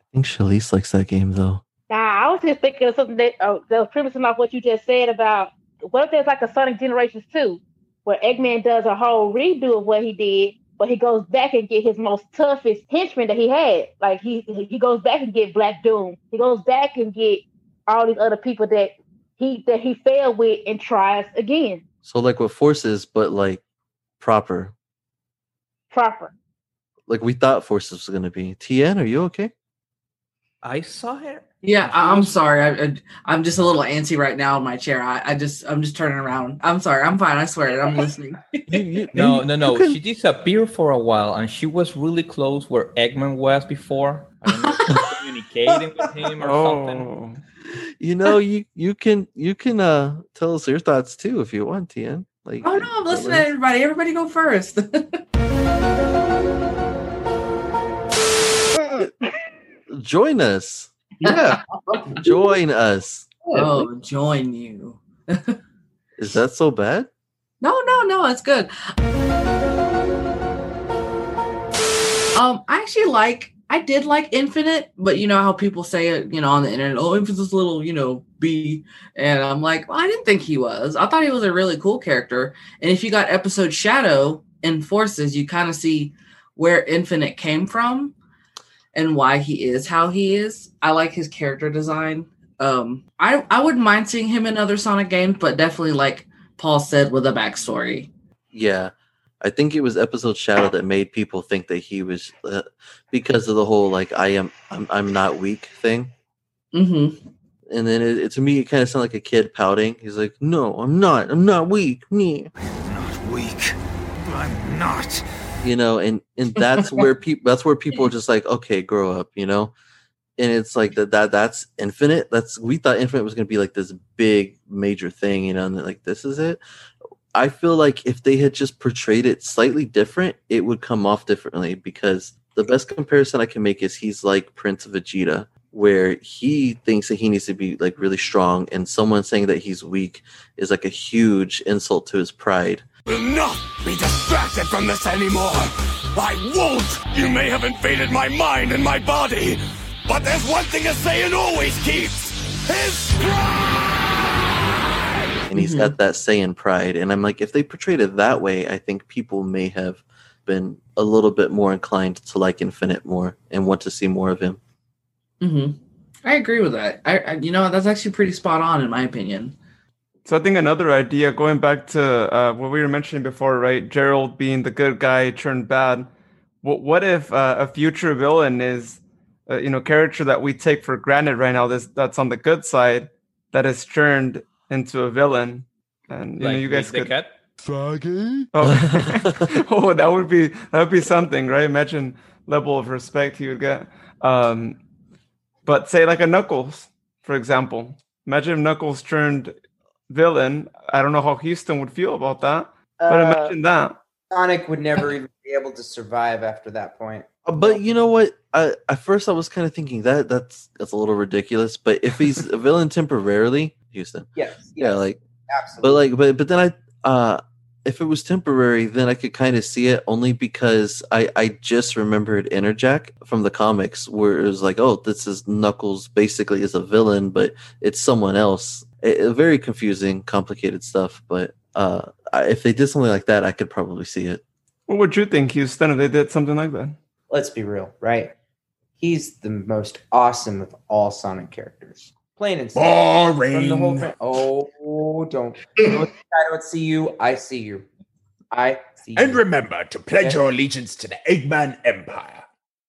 Speaker 3: I think Shalise likes that game though.
Speaker 5: Nah, I was just thinking of something that, uh, that was premising off what you just said about what if there's like a Sonic Generations 2 where Eggman does a whole redo of what he did, but he goes back and get his most toughest henchmen that he had. Like he he goes back and get Black Doom. He goes back and get all these other people that he that he failed with and tries again
Speaker 3: So like with forces, but like proper.
Speaker 5: proper.
Speaker 3: Like we thought forces was gonna be. Tien, are you okay?
Speaker 6: I saw it.
Speaker 7: Yeah, I, I'm sorry. I, I, I'm just a little antsy right now in my chair. I, I just I'm just turning around. I'm sorry. I'm fine. I swear. I'm listening.
Speaker 6: No, no, no. She disappeared for a while, and she was really close where Eggman was before. I don't know if she was communicating with him or something.
Speaker 3: You know, you you can you can uh tell us your thoughts too if you want, Tien. Like
Speaker 7: Oh no, I'm listening to everybody. Everybody go first.
Speaker 3: join us.
Speaker 7: Yeah.
Speaker 3: join us.
Speaker 7: oh, join you.
Speaker 3: Is that so bad?
Speaker 7: No, no, no, it's good. Um, I actually like I did like Infinite, but you know how people say it, you know, on the internet, oh, Infinite's a little, you know, B. And I'm like, well, I didn't think he was. I thought he was a really cool character. And if you got episode Shadow and Forces, you kind of see where Infinite came from and why he is how he is. I like his character design. Um, I I wouldn't mind seeing him in other Sonic games, but definitely like Paul said with a backstory.
Speaker 3: Yeah, I think it was episode Shadow that made people think that he was uh, because of the whole like I am I'm, I'm not weak thing.
Speaker 7: Mm-hmm.
Speaker 3: And then it, it- to me, it kind of sounded like a kid pouting. He's like, "No, I'm not. I'm not weak. Me,
Speaker 10: Weak. I'm not.
Speaker 3: you know." And and that's where people that's where people are just like, "Okay, grow up," you know. And it's like that that that's infinite. That's we thought infinite was gonna be like this big major thing, you know. And like this is it. I feel like if they had just portrayed it slightly different, it would come off differently because the best comparison I can make is he's like Prince Vegeta, where he thinks that he needs to be like really strong, and someone saying that he's weak is like a huge insult to his pride.
Speaker 11: Will not be distracted from this anymore. I won't. You may have invaded my mind and my body, but there's one thing a Saiyan always keeps: his
Speaker 3: And he's got that Saiyan pride. And I'm like, if they portrayed it that way, I think people may have been a little bit more inclined to like Infinite more and want to see more of him.
Speaker 7: Mm-hmm. I agree with that. I, I you know that's actually pretty spot on in my opinion.
Speaker 2: So I think another idea, going back to uh, what we were mentioning before, right? Gerald being the good guy turned bad. What what if uh, a future villain is, uh, you know, character that we take for granted right now? This that's on the good side, that is turned into a villain, and you know, you guys could.
Speaker 6: cat?
Speaker 2: Froggy. Oh. Oh, that would be that would be something, right? Imagine level of respect he would get. Um, but say like a Knuckles, for example. Imagine if Knuckles turned villain. I don't know how Houston would feel about that, but
Speaker 8: Uh,
Speaker 2: imagine that.
Speaker 8: Sonic would never even be able to survive after that point.
Speaker 3: Uh, But you know what? I, at first, I was kind of thinking that that's that's a little ridiculous. But if he's a villain temporarily, Houston,
Speaker 8: Yes.
Speaker 3: yeah, like But like, but but then I, uh, if it was temporary, then I could kind of see it only because I I just remembered Interjack from the comics where it was like, oh, this is Knuckles basically is a villain, but it's someone else. It- it- very confusing, complicated stuff. But uh, I, if they did something like that, I could probably see it.
Speaker 2: What would you think, Houston, if they did something like that?
Speaker 8: Let's be real, right? He's the most awesome of all Sonic characters. Plain and simple. From the whole fran- oh, don't. I don't see you. I see you. I see
Speaker 1: And
Speaker 8: you.
Speaker 1: remember to pledge
Speaker 8: Yeah.
Speaker 1: your allegiance to the Eggman Empire.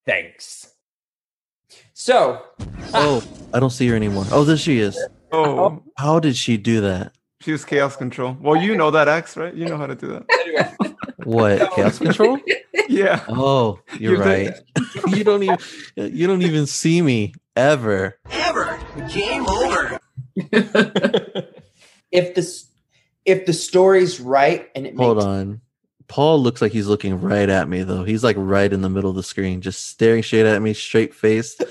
Speaker 1: Thanks.
Speaker 8: So,
Speaker 3: Oh, I don't see her anymore. Oh, there she is.
Speaker 2: Oh,
Speaker 3: How did she do that?
Speaker 2: she was chaos control. Well, you know that X, right? You know how to do that.
Speaker 3: What chaos control?
Speaker 2: Yeah.
Speaker 3: Oh, you're
Speaker 2: You
Speaker 3: right.
Speaker 2: think-
Speaker 3: you don't even you don't even see me ever.
Speaker 8: Ever. Game over. if this if the story's right and it
Speaker 3: Hold on. Paul looks like he's looking right at me though. He's like right in the middle of the screen, just staring straight at me, straight faced.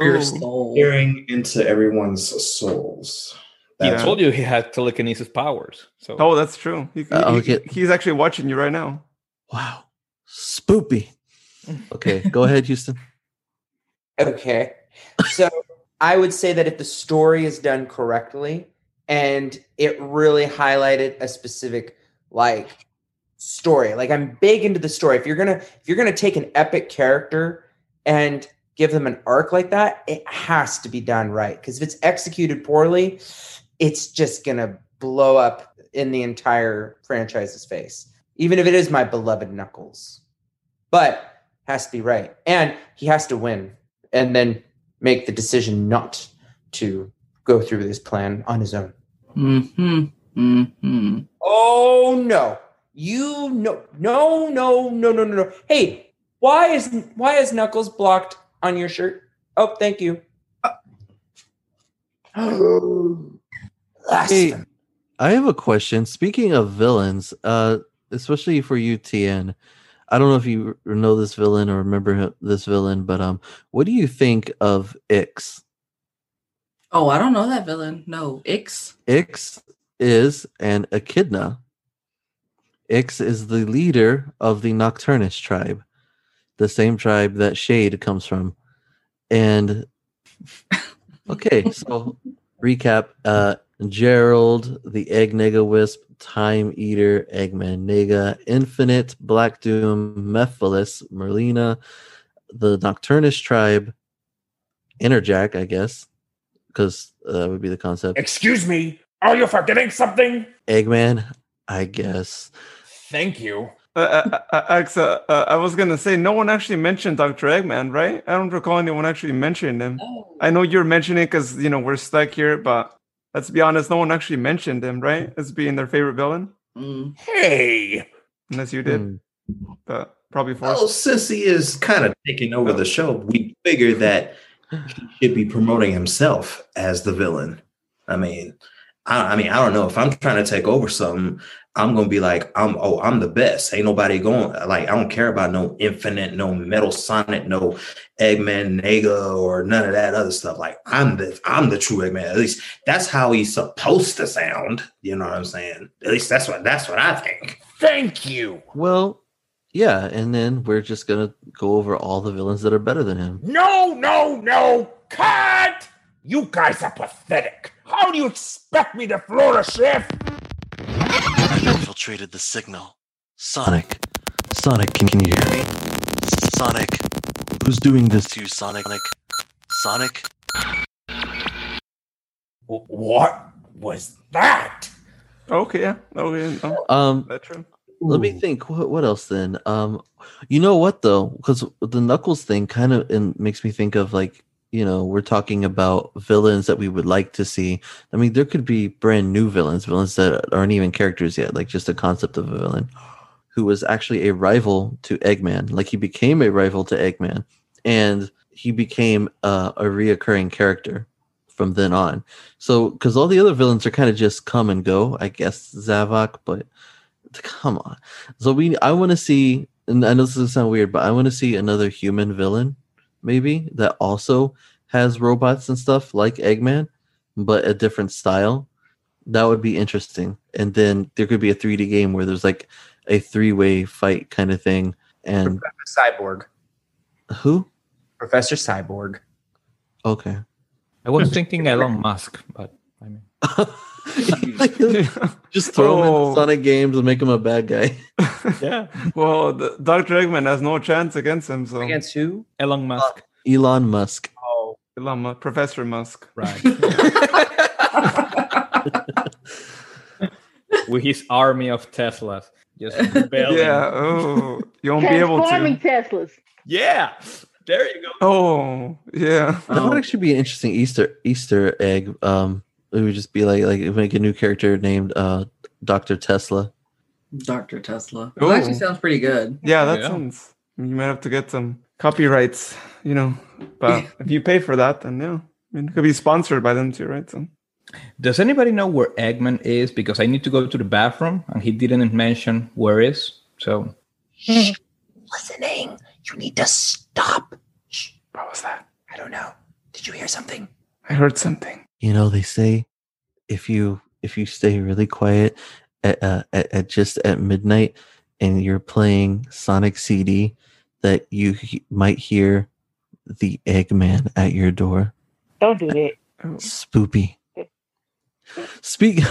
Speaker 4: You're
Speaker 7: soul.
Speaker 4: staring into everyone's souls.
Speaker 6: He
Speaker 4: That's
Speaker 6: told you he had telekinesis powers. So
Speaker 2: Oh, that's true. He,
Speaker 3: Uh,
Speaker 2: he-
Speaker 3: okay.
Speaker 2: He's actually watching you right now.
Speaker 3: Wow. Spoopy. Okay, go ahead, Houston.
Speaker 8: Okay. So I would say that if the story is done correctly and it really highlighted a specific like story. Like I'm big into the story. If you're going to if you're going to take an epic character and give them an arc like that, it has to be done right cuz if it's executed poorly, it's just going to blow up in the entire franchise's face. Even if it is my beloved Knuckles. But has to be right. And he has to win and then make the decision not to go through this plan on his own.
Speaker 3: Mm-hmm.
Speaker 7: Hmm. Hmm.
Speaker 8: Oh no. You no no no no no no no. Hey, why is why is Knuckles blocked on your shirt? Oh, thank you.
Speaker 3: Hey, I have a question. Speaking of villains, uh, especially for you, TN, I don't know if you r- know this villain or remember h- this villain, but um, what do you think of Ix?
Speaker 7: Oh, I don't know that villain. No, Ix.
Speaker 3: Ix is an echidna. Ix is the leader of the Nocturnus tribe, the same tribe that Shade comes from. And okay, so recap uh, Gerald, the Egg Nega Wisp, Time Eater, Eggman Nega, Infinite, Black Doom, Mephiles, Merlina, the Nocturnus tribe, Interjack, I guess, because uh, that would be the concept.
Speaker 1: Excuse me. Are you forgetting something?
Speaker 3: Eggman, I guess.
Speaker 1: Thank you.
Speaker 2: Uh, uh, uh, X, uh, uh, I was gonna say no one actually mentioned Dr. Eggman, right? I don't recall anyone actually mentioning him. I know you're mentioning because you know we're stuck here, but let's be honest, no one actually mentioned him, right? As being their favorite villain,
Speaker 8: Mm.
Speaker 1: Hey.
Speaker 2: unless you did,
Speaker 6: Hmm.
Speaker 2: but probably forced.
Speaker 4: Well, since Oh, he is kind of taking over the show, we figure that he should be promoting himself as the villain. I mean, I, I mean, I don't know if I'm trying to take over something, I'm gonna be like, I'm oh, I'm the best. Ain't nobody going like I don't care about no infinite, no metal sonnet, no Eggman Nega or none of that other stuff. Like I'm the I'm the true Eggman. At least that's how he's supposed to sound. You know what I'm saying? At least that's what that's what I think.
Speaker 1: Thank you.
Speaker 3: Well, yeah, and then we're just gonna go over all the villains that are better than him.
Speaker 1: No, no, no. Cut. You guys are pathetic. How do you expect me to flourish if?
Speaker 3: I infiltrated the signal. Sonic, Sonic, can, can you hear me? Sonic, who's doing this to you, Sonic? Sonic, Sonic.
Speaker 1: What? was that?
Speaker 2: Okay, yeah. Okay. no,
Speaker 3: Um,
Speaker 2: that's true.
Speaker 3: Let me think. What, what else then? Um, you know what though? Because the Knuckles thing kind of and makes me think of like you know we're talking about villains that we would like to see. I mean, there could be brand new villains, villains that aren't even characters yet, like just the concept of a villain who was actually a rival to Eggman. Like he became a rival to Eggman, and he became uh, a reoccurring character from then on. So, because all the other villains are kind of just come and go, I guess Zavok, but come on. So we, I want to see, and I know this is gonna sound weird, but I want to see another human villain, maybe that also has robots and stuff like Eggman, but a different style. That would be interesting. And then there could be a 3D game where there's like a three-way fight kind of thing. And
Speaker 8: Cyborg.
Speaker 3: who?
Speaker 8: Professor Cyborg.
Speaker 3: Okay.
Speaker 6: I was thinking Elon Musk, but I mean,
Speaker 3: Just throw him in Sonic games and make him a bad guy.
Speaker 6: yeah.
Speaker 2: Well, the, Dr. Eggman has no chance against him. So
Speaker 8: against who?
Speaker 6: Elon Musk.
Speaker 3: Elon Musk.
Speaker 8: Oh,
Speaker 2: Elon Musk, Professor Musk.
Speaker 6: Right. with his army of Teslas. Just rebelling.
Speaker 2: Yeah. Oh, you won't be able
Speaker 5: Transforming
Speaker 2: to.
Speaker 5: Teslas.
Speaker 6: Yeah. There you go.
Speaker 2: Oh, yeah.
Speaker 3: That would actually be an interesting Easter Easter egg. Um, it would just be like like make a new character named uh Doctor Tesla.
Speaker 7: Dr. Tesla. It actually
Speaker 2: Ooh.
Speaker 7: sounds pretty good.
Speaker 2: Yeah, that
Speaker 7: Yeah.
Speaker 2: sounds. You might have to get some copyrights, you know. But if you pay for that, then yeah, I mean, it could be sponsored by them too, right? So
Speaker 6: Does anybody know where Eggman is? Because I need to go to the bathroom and he didn't mention where is. So
Speaker 8: Listening. You need to stop.
Speaker 2: What was that?
Speaker 8: I don't know. Did you hear something?
Speaker 2: I heard something.
Speaker 3: You know, they say if you if you stay really quiet at uh, at, at just at midnight and you're playing Sonic CD, that you he- might hear the Eggman at your door.
Speaker 5: Don't do that.
Speaker 3: Spoopy. Speak.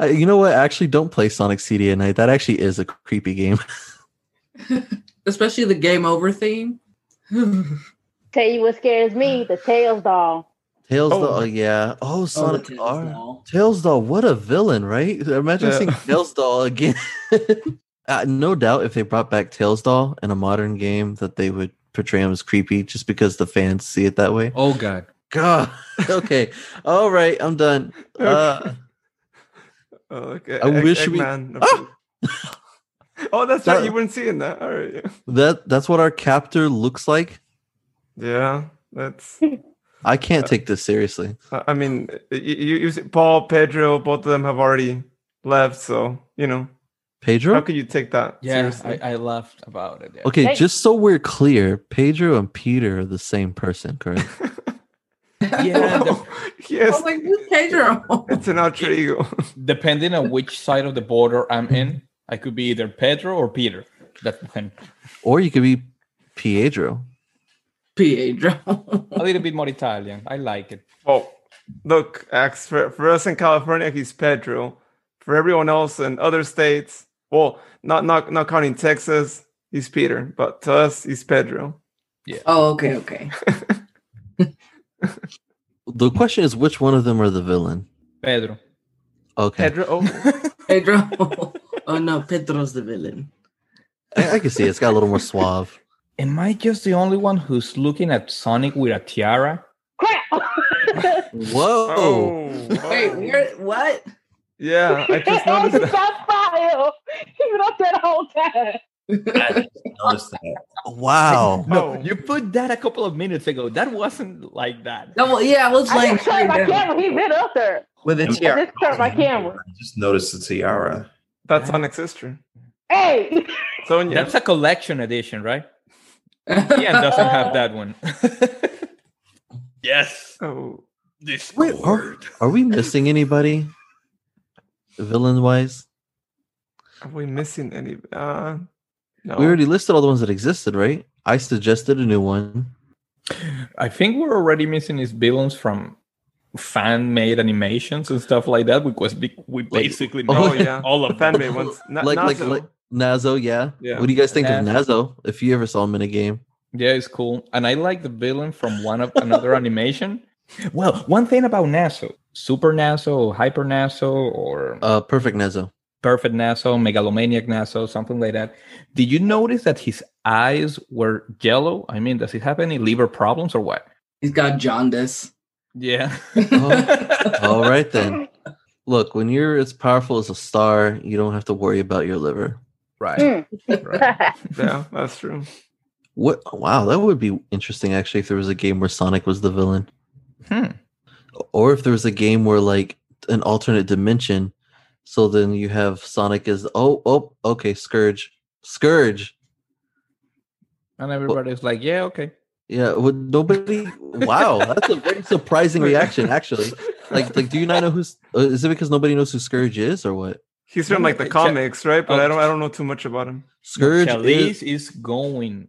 Speaker 3: Uh, you know what? Actually, don't play Sonic CD at night. That actually is a creepy game.
Speaker 7: Especially the game over theme.
Speaker 5: Tell you what scares me, the Tails doll.
Speaker 3: Tails
Speaker 5: Oh.
Speaker 3: doll, oh yeah. Oh, Sonic
Speaker 7: Tails
Speaker 3: R.
Speaker 7: doll.
Speaker 3: Tails doll, what a villain, right? Imagine
Speaker 2: Yeah.
Speaker 3: seeing Tails doll again. uh, no doubt, if they brought back Tails doll in a modern game, that they would portray him as creepy, just because the fans see it that way.
Speaker 6: oh god.
Speaker 3: God. okay. All right. I'm done. Uh,
Speaker 2: Oh, okay.
Speaker 3: I wish we- Ah!
Speaker 2: Eggman. oh, that's right.
Speaker 3: That-
Speaker 2: You weren't seeing that. All right. Yeah.
Speaker 3: that that's what our captor looks like.
Speaker 2: Yeah, that's.
Speaker 3: I
Speaker 2: Uh,
Speaker 3: can't take this seriously.
Speaker 2: I I mean, you, you, you see- Paul, Pedro, both of them have already left, so you know.
Speaker 3: Pedro.
Speaker 2: How could you take that?
Speaker 6: Yeah,
Speaker 2: seriously?
Speaker 6: I, I laughed about it. yeah.
Speaker 3: Okay,
Speaker 5: Hey.
Speaker 3: just so we're clear, Pedro and Peter are the same person, correct?
Speaker 6: Yeah, de-
Speaker 2: yes,
Speaker 7: like, Oh, who's Pedro?
Speaker 2: it's an alter ego.
Speaker 6: depending on which side of the border I'm in, I could be either Pedro or Peter. That's the thing.
Speaker 3: or you could be Pietro.
Speaker 7: Pedro.
Speaker 6: A little bit more Italian. I like it.
Speaker 2: Well, look, Ax, for, for us in California, he's Pedro. For everyone else in other states, well, not not not counting Texas, he's Peter. But to us, he's Pedro.
Speaker 7: oh, okay, okay.
Speaker 3: The question is which one of them are the villain?
Speaker 6: Pedro.
Speaker 3: Okay.
Speaker 2: Pedro. Oh,
Speaker 7: Pedro. oh no, Pedro's the villain.
Speaker 3: I, I can see it's got a little more suave.
Speaker 6: Am I just the only one who's looking at Sonic with a tiara?
Speaker 5: Crap!
Speaker 3: Whoa.
Speaker 2: oh,
Speaker 7: Wait, where, what?
Speaker 2: yeah, I just noticed
Speaker 5: It's
Speaker 2: that.
Speaker 5: on fire. He was up there the whole time.
Speaker 4: I noticed that.
Speaker 3: Wow.
Speaker 2: No,
Speaker 6: You put that a couple of minutes ago. That wasn't like that.
Speaker 7: No, well, yeah, I was
Speaker 5: I
Speaker 7: like,
Speaker 5: just turned my camera. He been up there.
Speaker 8: With a
Speaker 4: Am I-
Speaker 5: I
Speaker 8: tiara.
Speaker 5: just turned my camera.
Speaker 4: I just noticed the tiara.
Speaker 2: That's Sonic's sister.
Speaker 5: Hey,
Speaker 2: Sonya.
Speaker 6: That's a collection edition, right? Ian doesn't have that one. yes.
Speaker 2: oh,
Speaker 6: This
Speaker 3: Wait, are, are we missing anybody? Villain wise?
Speaker 2: are we missing any? Uh, no.
Speaker 3: We already listed all the ones that existed, right? I suggested a new one.
Speaker 6: I think we're already missing his villains from fan-made animations and stuff like that because we, we basically know
Speaker 2: Oh yeah,
Speaker 6: all
Speaker 2: the
Speaker 6: of
Speaker 2: fan
Speaker 6: them.
Speaker 2: made ones. Na-
Speaker 3: like like
Speaker 2: Nazo.
Speaker 3: like Nazo, yeah.
Speaker 2: Yeah.
Speaker 3: What do you guys think of
Speaker 6: Nazo.
Speaker 3: Nazo if you ever saw him in a game?
Speaker 6: Yeah, it's cool. And I like the villain from one of another animation Well, one thing about Naso, super Naso, hyper Naso, or
Speaker 3: uh, perfect Naso,
Speaker 6: perfect Naso, megalomaniac Naso, something like that. Did you notice that his eyes were yellow? I mean, does he have any liver problems or what?
Speaker 7: He's got jaundice.
Speaker 6: Yeah.
Speaker 3: All right then. Look, when you're as powerful as a star, you don't have to worry about your liver.
Speaker 5: Hmm.
Speaker 6: Right.
Speaker 5: Mm.
Speaker 6: right.
Speaker 2: Yeah, that's true.
Speaker 3: What? Wow, that would be interesting actually. If there was a game where Sonic was the villain,
Speaker 6: Hmm.
Speaker 3: or if there was a game where like an alternate dimension, so then you have Sonic as oh oh okay Scourge Scourge
Speaker 6: And everybody's like, yeah, okay.
Speaker 3: yeah well, nobody wow that's a very surprising reaction actually like like do you not know who's uh, is it because nobody knows who Scourge is or what
Speaker 2: He's from like the
Speaker 6: Che-
Speaker 2: comics, right? But
Speaker 6: Oh.
Speaker 2: I don't I don't know too much about him.
Speaker 3: Scourge
Speaker 6: Chalice is
Speaker 3: is,
Speaker 6: going.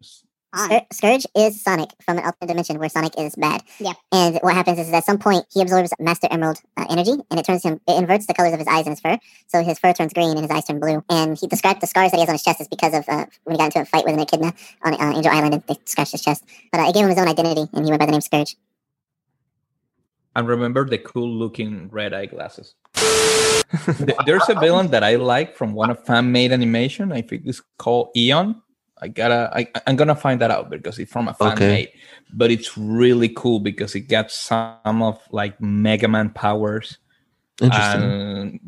Speaker 9: Scour- Scourge is Sonic from an alternate dimension where Sonic is bad. Yeah. And what happens is, at some point he absorbs Master Emerald uh, energy, and it turns him. It inverts the colors of his eyes and his fur, so his fur turns green and his eyes turn blue. And he described the scars that he has on his chest is because of uh, when he got into a fight with an echidna on uh, Angel Island, and they scratched his chest. But uh, it gave him his own identity, and he went by the name Scourge.
Speaker 6: And remember the cool looking red eye glasses. Th- There's a villain that I like from one of fan made animation. I think it's called Eon. I gotta I, I'm gonna find that out because it's from a fan
Speaker 3: Okay.
Speaker 6: made. But it's really cool because it got some of like Mega Man powers
Speaker 3: Interesting.
Speaker 6: and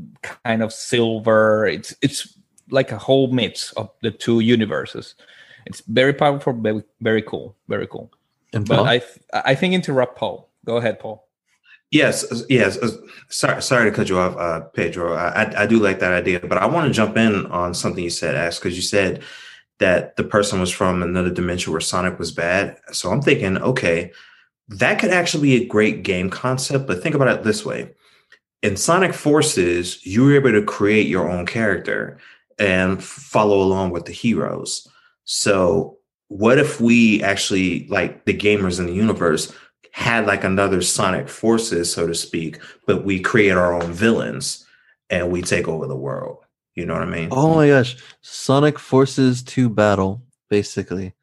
Speaker 6: kind of silver. It's it's like a whole mix of the two universes. It's very powerful, very, very cool, very cool.
Speaker 3: and
Speaker 6: But
Speaker 3: Paul?
Speaker 6: I th- I think interrupt Paul. Go ahead, Paul.
Speaker 4: Yes, uh, yes. uh, Sorry, sorry to cut you off, uh, Pedro. I, I- I do like that idea, but I want to jump in on something you said, Ash, because you said that the person was from another dimension where Sonic was bad. So I'm thinking, okay, that could actually be a great game concept. But think about it this way: in Sonic Forces, you were able to create your own character and follow along with the heroes. So what if we actually like the gamers in the universe? had like another sonic forces so to speak but we create our own villains and we take over the world you know what i mean
Speaker 3: Oh my gosh, Sonic Forces 2 Battle, basically.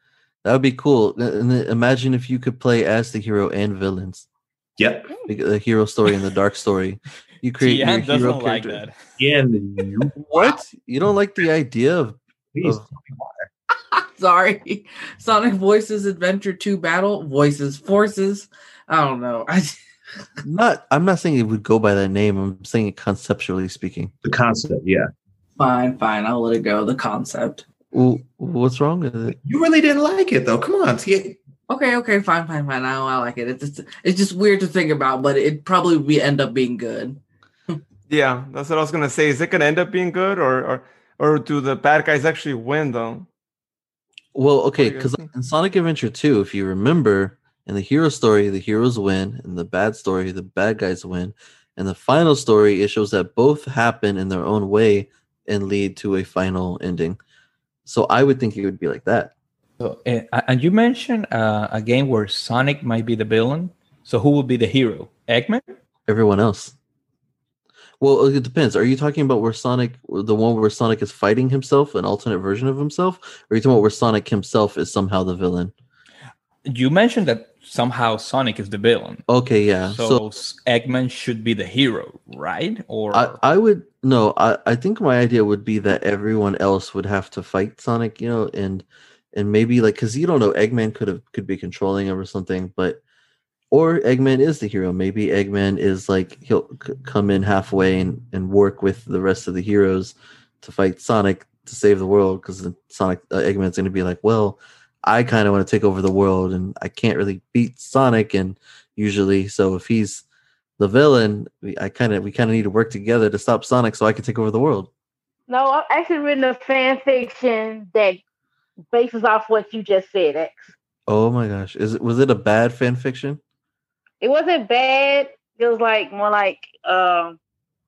Speaker 3: That would be cool. And then imagine if you could play as the hero and villains.
Speaker 4: yep
Speaker 3: Like a hero story and the dark story. You create your
Speaker 6: Tian
Speaker 3: hero
Speaker 6: doesn't
Speaker 3: character.
Speaker 6: like that.
Speaker 4: yeah and you
Speaker 3: What? You don't like the idea of,
Speaker 4: please
Speaker 3: of-
Speaker 7: Sorry. Sonic Voices Adventure 2 Battle, Voices Forces. I don't know. I
Speaker 3: not I'm not saying it would go by that name. I'm saying it conceptually speaking.
Speaker 4: the concept yeah
Speaker 7: fine, fine. I'll let it go. The concept.
Speaker 3: Well, what's wrong with it?
Speaker 4: you really didn't like it though come on T-
Speaker 7: Okay, okay, fine, fine, fine. I, I like it. It's just, it's just weird to think about, but it probably be end up being good.
Speaker 2: Yeah, that's what I was gonna say. Is it gonna end up being good or or or do the bad guys actually win though?
Speaker 3: Well, okay,
Speaker 2: guys
Speaker 3: because
Speaker 2: think?
Speaker 3: in Sonic Adventure 2, if you remember, in the hero story, the heroes win, in the bad story, the bad guys win. In the final story, it shows that both happen in their own way and lead to a final ending. So I would think it would be like that.
Speaker 6: So, uh, and you mentioned uh, a game where Sonic might be the villain. So who would be the hero? Eggman?
Speaker 3: Everyone else. Well, it depends. Are you talking about where Sonic, the one where Sonic is fighting himself, an alternate version of himself? Or are you talking about where Sonic himself is somehow the villain?
Speaker 6: You mentioned that somehow Sonic is the villain.
Speaker 3: Okay, yeah.
Speaker 6: So, s- Eggman should be the hero, right? Or
Speaker 3: I, I would no I, I think my idea would be that everyone else would have to fight sonic you know and and maybe like because you don't know eggman could have could be controlling him or something but or eggman is the hero maybe eggman is like he'll c- come in halfway and and work with the rest of the heroes to fight sonic to save the world because sonic uh, eggman's going to be like well i kind of want to take over the world and i can't really beat sonic and usually so if he's the villain, we, I kind of we kind of need to work together to stop Sonic so I can take over the world.
Speaker 5: No, I've actually written a fan fiction that bases off what you just said. X.
Speaker 3: Oh my gosh, is it was it a bad fan fiction?
Speaker 5: It wasn't bad. It was like more like um,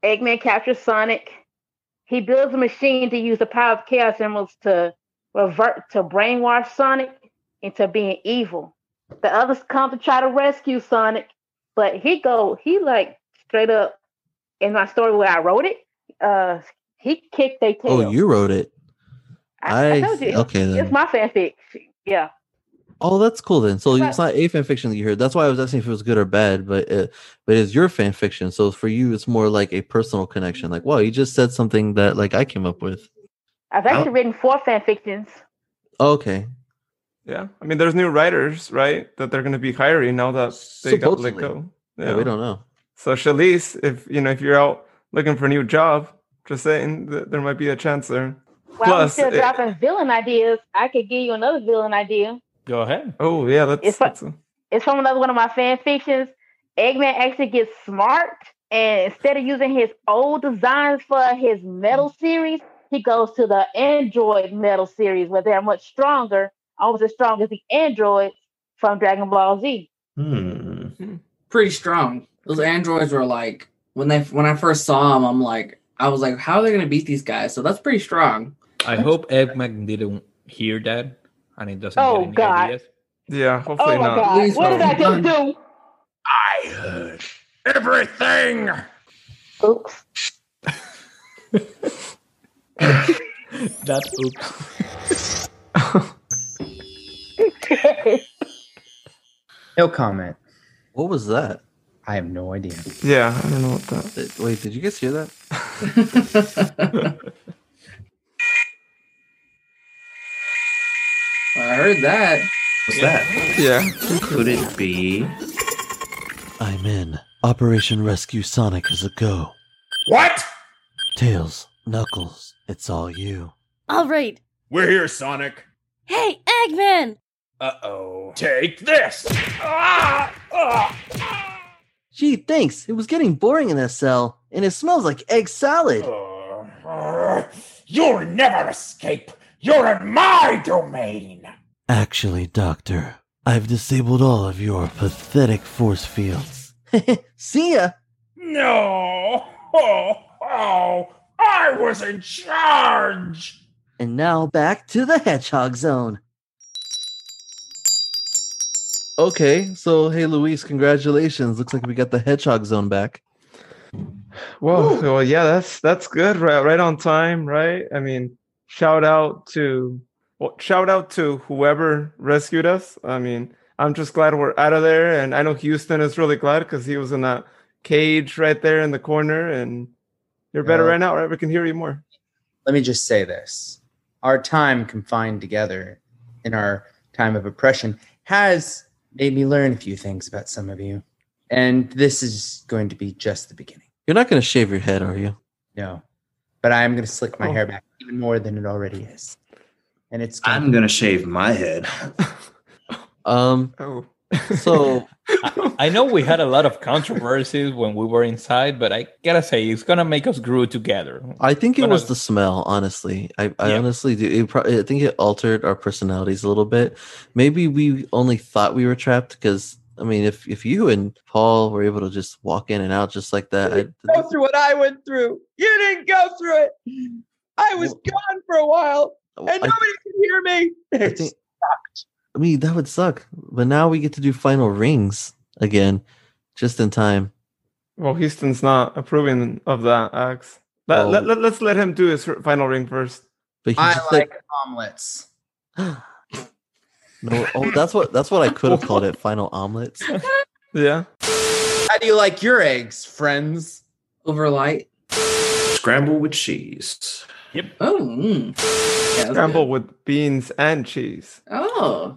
Speaker 5: Eggman captures Sonic. He builds a machine to use the power of Chaos Emeralds to revert to brainwash Sonic into being evil. The others come to try to rescue Sonic, but he go he like straight up in my story where I wrote it. Uh, he kicked they tail.
Speaker 3: Oh, you wrote it.
Speaker 5: I, I
Speaker 3: I-
Speaker 5: told you.
Speaker 3: okay,
Speaker 5: it's
Speaker 3: then.
Speaker 5: my fanfic. Yeah.
Speaker 3: Oh, that's cool then. So it's not a fan fiction that you heard. That's why I was asking if it was good or bad, but it, but it's your fan fiction. So for you, it's more like a personal connection. Like, wow, you just said something that like I came up with.
Speaker 5: I've actually written four fan fictions.
Speaker 3: Okay,
Speaker 2: Yeah, I mean, there's new writers, right? That they're going to be hiring now that they got let
Speaker 3: Supposedly.
Speaker 2: go.
Speaker 3: Yeah, we don't know.
Speaker 2: So, Shalise, if you know, if you're out looking for a new job, just saying that there might be a chance there.
Speaker 5: While I'm still
Speaker 2: it-
Speaker 5: dropping villain ideas, I could give you another villain idea.
Speaker 2: go ahead. Oh yeah, that's,
Speaker 5: It's fu-
Speaker 2: that's a-
Speaker 5: It's from another one of my fan fictions. Eggman actually gets smart, and instead of using his old designs for his metal series, he goes to the Android metal series where they're much stronger, almost as strong as the androids from Dragon Ball Z.
Speaker 4: Hmm.
Speaker 7: pretty strong. Those androids were like when they when I first saw them, I'm like I was like, how are they gonna beat these guys? So that's pretty strong.
Speaker 6: I hope Eggman didn't hear that and it doesn't
Speaker 7: Oh,
Speaker 6: get any
Speaker 7: God.
Speaker 6: ideas.
Speaker 2: Yeah, hopefully
Speaker 7: Oh, my not. God.
Speaker 6: Please
Speaker 5: What did
Speaker 6: don't.
Speaker 5: I just do?
Speaker 1: I heard everything.
Speaker 5: Oops.
Speaker 6: That oops.
Speaker 8: No comment.
Speaker 3: What was that?
Speaker 8: I have no idea.
Speaker 2: Yeah, I don't know what that.
Speaker 3: Wait, did you guys hear that?
Speaker 7: I heard that.
Speaker 4: What's
Speaker 3: that?
Speaker 2: Yeah.
Speaker 4: Could it be?
Speaker 3: I'm in. Operation Rescue Sonic is a go.
Speaker 1: What?
Speaker 3: Tails, Knuckles, it's all you.
Speaker 19: All right.
Speaker 1: We're here, Sonic.
Speaker 19: Hey, Eggman!
Speaker 1: Uh oh. Take this.
Speaker 11: Ah!
Speaker 3: Gee, thanks. It was getting boring in that cell, and it smells like egg salad.
Speaker 1: You'll never escape. You're in my domain.
Speaker 3: Actually, Doctor, I've disabled all of your pathetic force fields. See ya.
Speaker 1: No. Oh, oh. I was in charge.
Speaker 3: And now back to the hedgehog zone. Okay, so hey Luis, congratulations. Looks like we got the hedgehog zone back.
Speaker 2: Whoa, well, yeah, that's that's good. Right, right on time, right? I mean, shout out to well, shout out to whoever rescued us. I mean, I'm just glad we're out of there, and I know Houston is really glad because he was in that cage right there in the corner, and you're better
Speaker 8: Yeah.
Speaker 2: right now, right? We can hear you more.
Speaker 8: Let me just say this our time confined together in our time of oppression has made me learn a few things about some of you. And this is going to be just the beginning.
Speaker 3: You're not gonna shave your head, are you?
Speaker 8: No, but I'm going to slick my
Speaker 3: Oh.
Speaker 8: hair back even more than it already is. And it's gonna
Speaker 4: I'm gonna shave my head.
Speaker 3: Um.
Speaker 2: Oh.
Speaker 3: So
Speaker 6: I know we had a lot of controversies when we were inside, but I gotta say it's gonna make us grow together.
Speaker 3: I think it
Speaker 6: But
Speaker 3: was the smell, honestly. I, I honestly do. It pro- I think it altered our personalities a little bit. Maybe we only thought we were trapped because, I mean, if, if you and Paul were able to just walk in and out just like that, I,
Speaker 8: go through what I went through. You didn't go through it. I was gone for a while and
Speaker 3: I-
Speaker 8: nobody could hear me.
Speaker 3: I think, I mean, that would suck. But now we get to do final rings again, just in time.
Speaker 2: Well, Houston's not approving of that, Axe. Let,
Speaker 3: Oh.
Speaker 2: let, let, us let him do his final ring first.
Speaker 3: But he
Speaker 8: I
Speaker 3: just said-
Speaker 8: like omelets.
Speaker 3: no, oh, that's what that's what I could have called it. Final omelets.
Speaker 2: Yeah.
Speaker 8: How do you like your eggs, friends?
Speaker 7: Overlight.
Speaker 4: Scramble with cheese.
Speaker 6: Yep.
Speaker 7: Oh.
Speaker 8: Mm.
Speaker 2: Scramble with beans and cheese.
Speaker 7: Oh.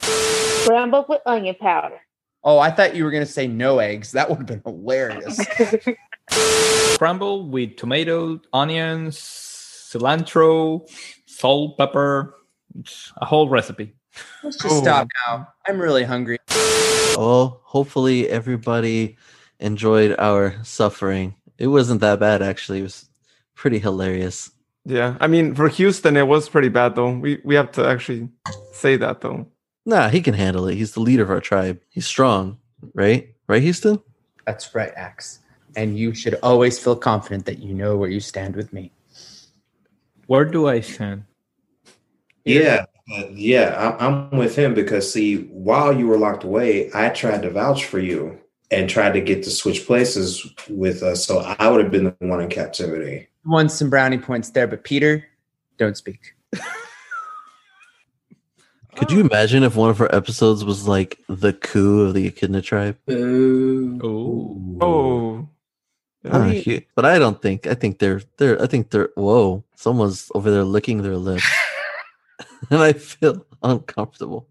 Speaker 5: Scrambled with onion powder.
Speaker 8: Oh, I thought you were going to say no eggs. That would have been hilarious.
Speaker 6: Crumble with tomato, onions, cilantro, salt, pepper, a whole recipe.
Speaker 8: Let's just stop now. I'm really hungry.
Speaker 3: Oh, hopefully everybody enjoyed our suffering. It wasn't that bad, actually. It was pretty hilarious.
Speaker 2: Yeah. I mean, for Houston, it was pretty bad, though. We, we have to actually say that, though.
Speaker 3: Nah, he can handle it. He's the leader of our tribe. He's strong, right? Right, Houston?
Speaker 8: That's right, Axe. And you should always feel confident that you know where you stand with me.
Speaker 6: Where do I stand?
Speaker 4: Yeah, but yeah, I'm, I'm with him because see, while you were locked away, I tried to vouch for you and tried to get to switch places with us, so I would have been the one in captivity.
Speaker 8: You won some brownie points there, but Peter, don't speak.
Speaker 3: Could you imagine if one of our episodes was like the coup of the Echidna tribe?
Speaker 2: Oh. Oh.
Speaker 3: Oh, shit. but I don't think. I think they're they're. I think they're. Whoa! Someone's over there licking their lips, and I feel uncomfortable.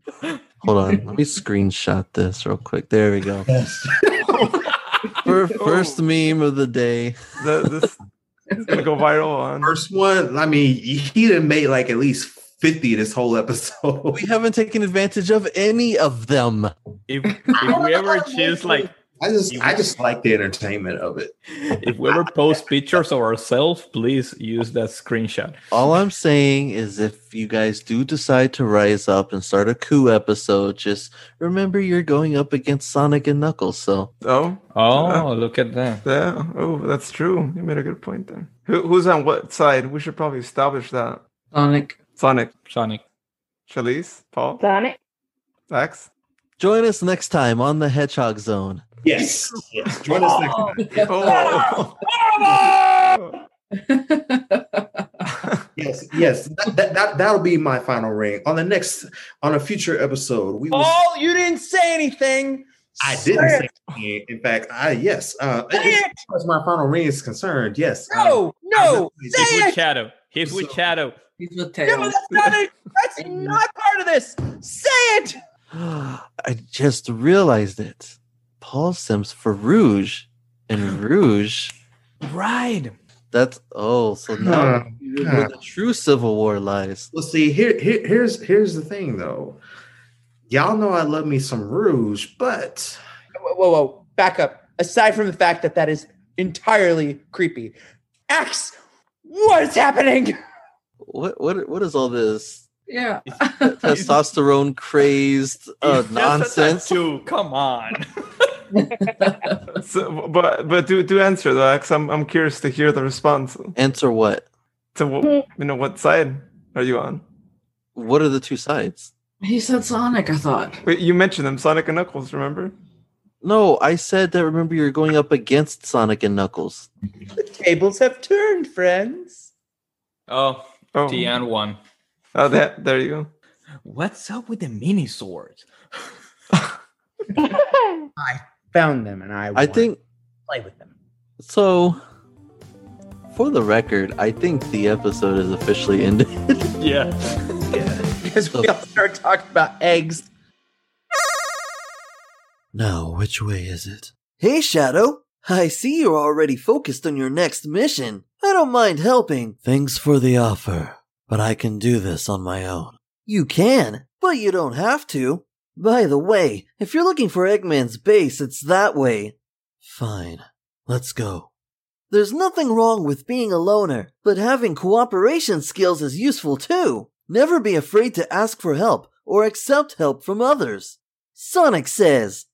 Speaker 3: Hold on, let me screenshot this real quick. There we go. Fir- First meme of the day.
Speaker 2: this is gonna go viral on
Speaker 4: first one. I mean, he done made like at least fifty this whole episode.
Speaker 3: We haven't taken advantage of any of them.
Speaker 20: If, if we ever choose like
Speaker 4: I just I just like the entertainment of it.
Speaker 6: If we ever post pictures of ourselves, please use that screenshot.
Speaker 3: All I'm saying is if you guys do decide to rise up and start a coup episode, just remember you're going up against Sonic and Knuckles. So
Speaker 2: Oh.
Speaker 6: Oh, look at that.
Speaker 2: Yeah. Oh, that's true. You made a good point there. Who, who's on what side? We should probably establish that.
Speaker 7: Sonic.
Speaker 2: Sonic.
Speaker 6: Sonic.
Speaker 2: Chalice. Paul.
Speaker 5: Sonic.
Speaker 2: Max.
Speaker 3: join us next time on the Hedgehog Zone.
Speaker 4: Yes. yes. Join us next time. Oh.
Speaker 2: Oh.
Speaker 4: Yes, yes. That, that, that that'll be my final ring. On the next on a future episode, we will
Speaker 8: Oh, you didn't say anything.
Speaker 4: I didn't say anything. In fact, I yes. Uh, as far as my final ring is concerned, yes.
Speaker 8: No, no, say
Speaker 6: He's with
Speaker 8: it.
Speaker 6: Shadow. He's with
Speaker 8: Oh,
Speaker 6: Shadow.
Speaker 7: He's with
Speaker 8: No,
Speaker 7: tails.
Speaker 8: that's not it. That's not part of this. Say it.
Speaker 3: I just realized it. Paul Sims for Rouge and Rouge.
Speaker 6: Right.
Speaker 3: That's oh, so now
Speaker 4: Hmm.
Speaker 3: where the true Civil War lies.
Speaker 4: Well, see, here, here, here's here's the thing though. Y'all know I love me some Rouge, but
Speaker 8: Whoa, whoa, whoa. Back up. Aside from the fact that that is entirely creepy. Axe, what is happening?
Speaker 3: What what what is all this
Speaker 7: Yeah.
Speaker 3: testosterone crazed
Speaker 2: Oh,
Speaker 3: uh, nonsense?
Speaker 6: Too. Come on.
Speaker 2: So, but but do do answer though, because I'm I'm curious to hear the response.
Speaker 3: Answer what?
Speaker 2: To what you know, what side are you on?
Speaker 3: What are the two sides?
Speaker 7: He said Sonic, I thought.
Speaker 2: Wait, you mentioned them, Sonic and Knuckles. Remember?
Speaker 3: No, I said that. Remember, you're going up against Sonic and Knuckles.
Speaker 8: The tables have turned, friends.
Speaker 6: Oh,
Speaker 2: Oh.
Speaker 6: Tian won.
Speaker 2: Oh, that there you go.
Speaker 6: What's up with the mini swords?
Speaker 8: Found them and I,
Speaker 3: I
Speaker 8: want
Speaker 3: think
Speaker 8: to play with them.
Speaker 3: so. For the record, I think the episode is officially ended.
Speaker 6: Yeah.
Speaker 8: Because we all start talking about eggs.
Speaker 3: Now, which way is it?
Speaker 21: Hey, Shadow. I see you're already focused on your next mission. I don't mind helping.
Speaker 3: Thanks for the offer, but I can do this on my own.
Speaker 21: You can, but you don't have to. By the way, if you're looking for Eggman's base, it's that way.
Speaker 3: Fine, let's go.
Speaker 21: There's nothing wrong with being a loner, but having cooperation skills is useful too. Never be afraid to ask for help or accept help from others. Sonic says,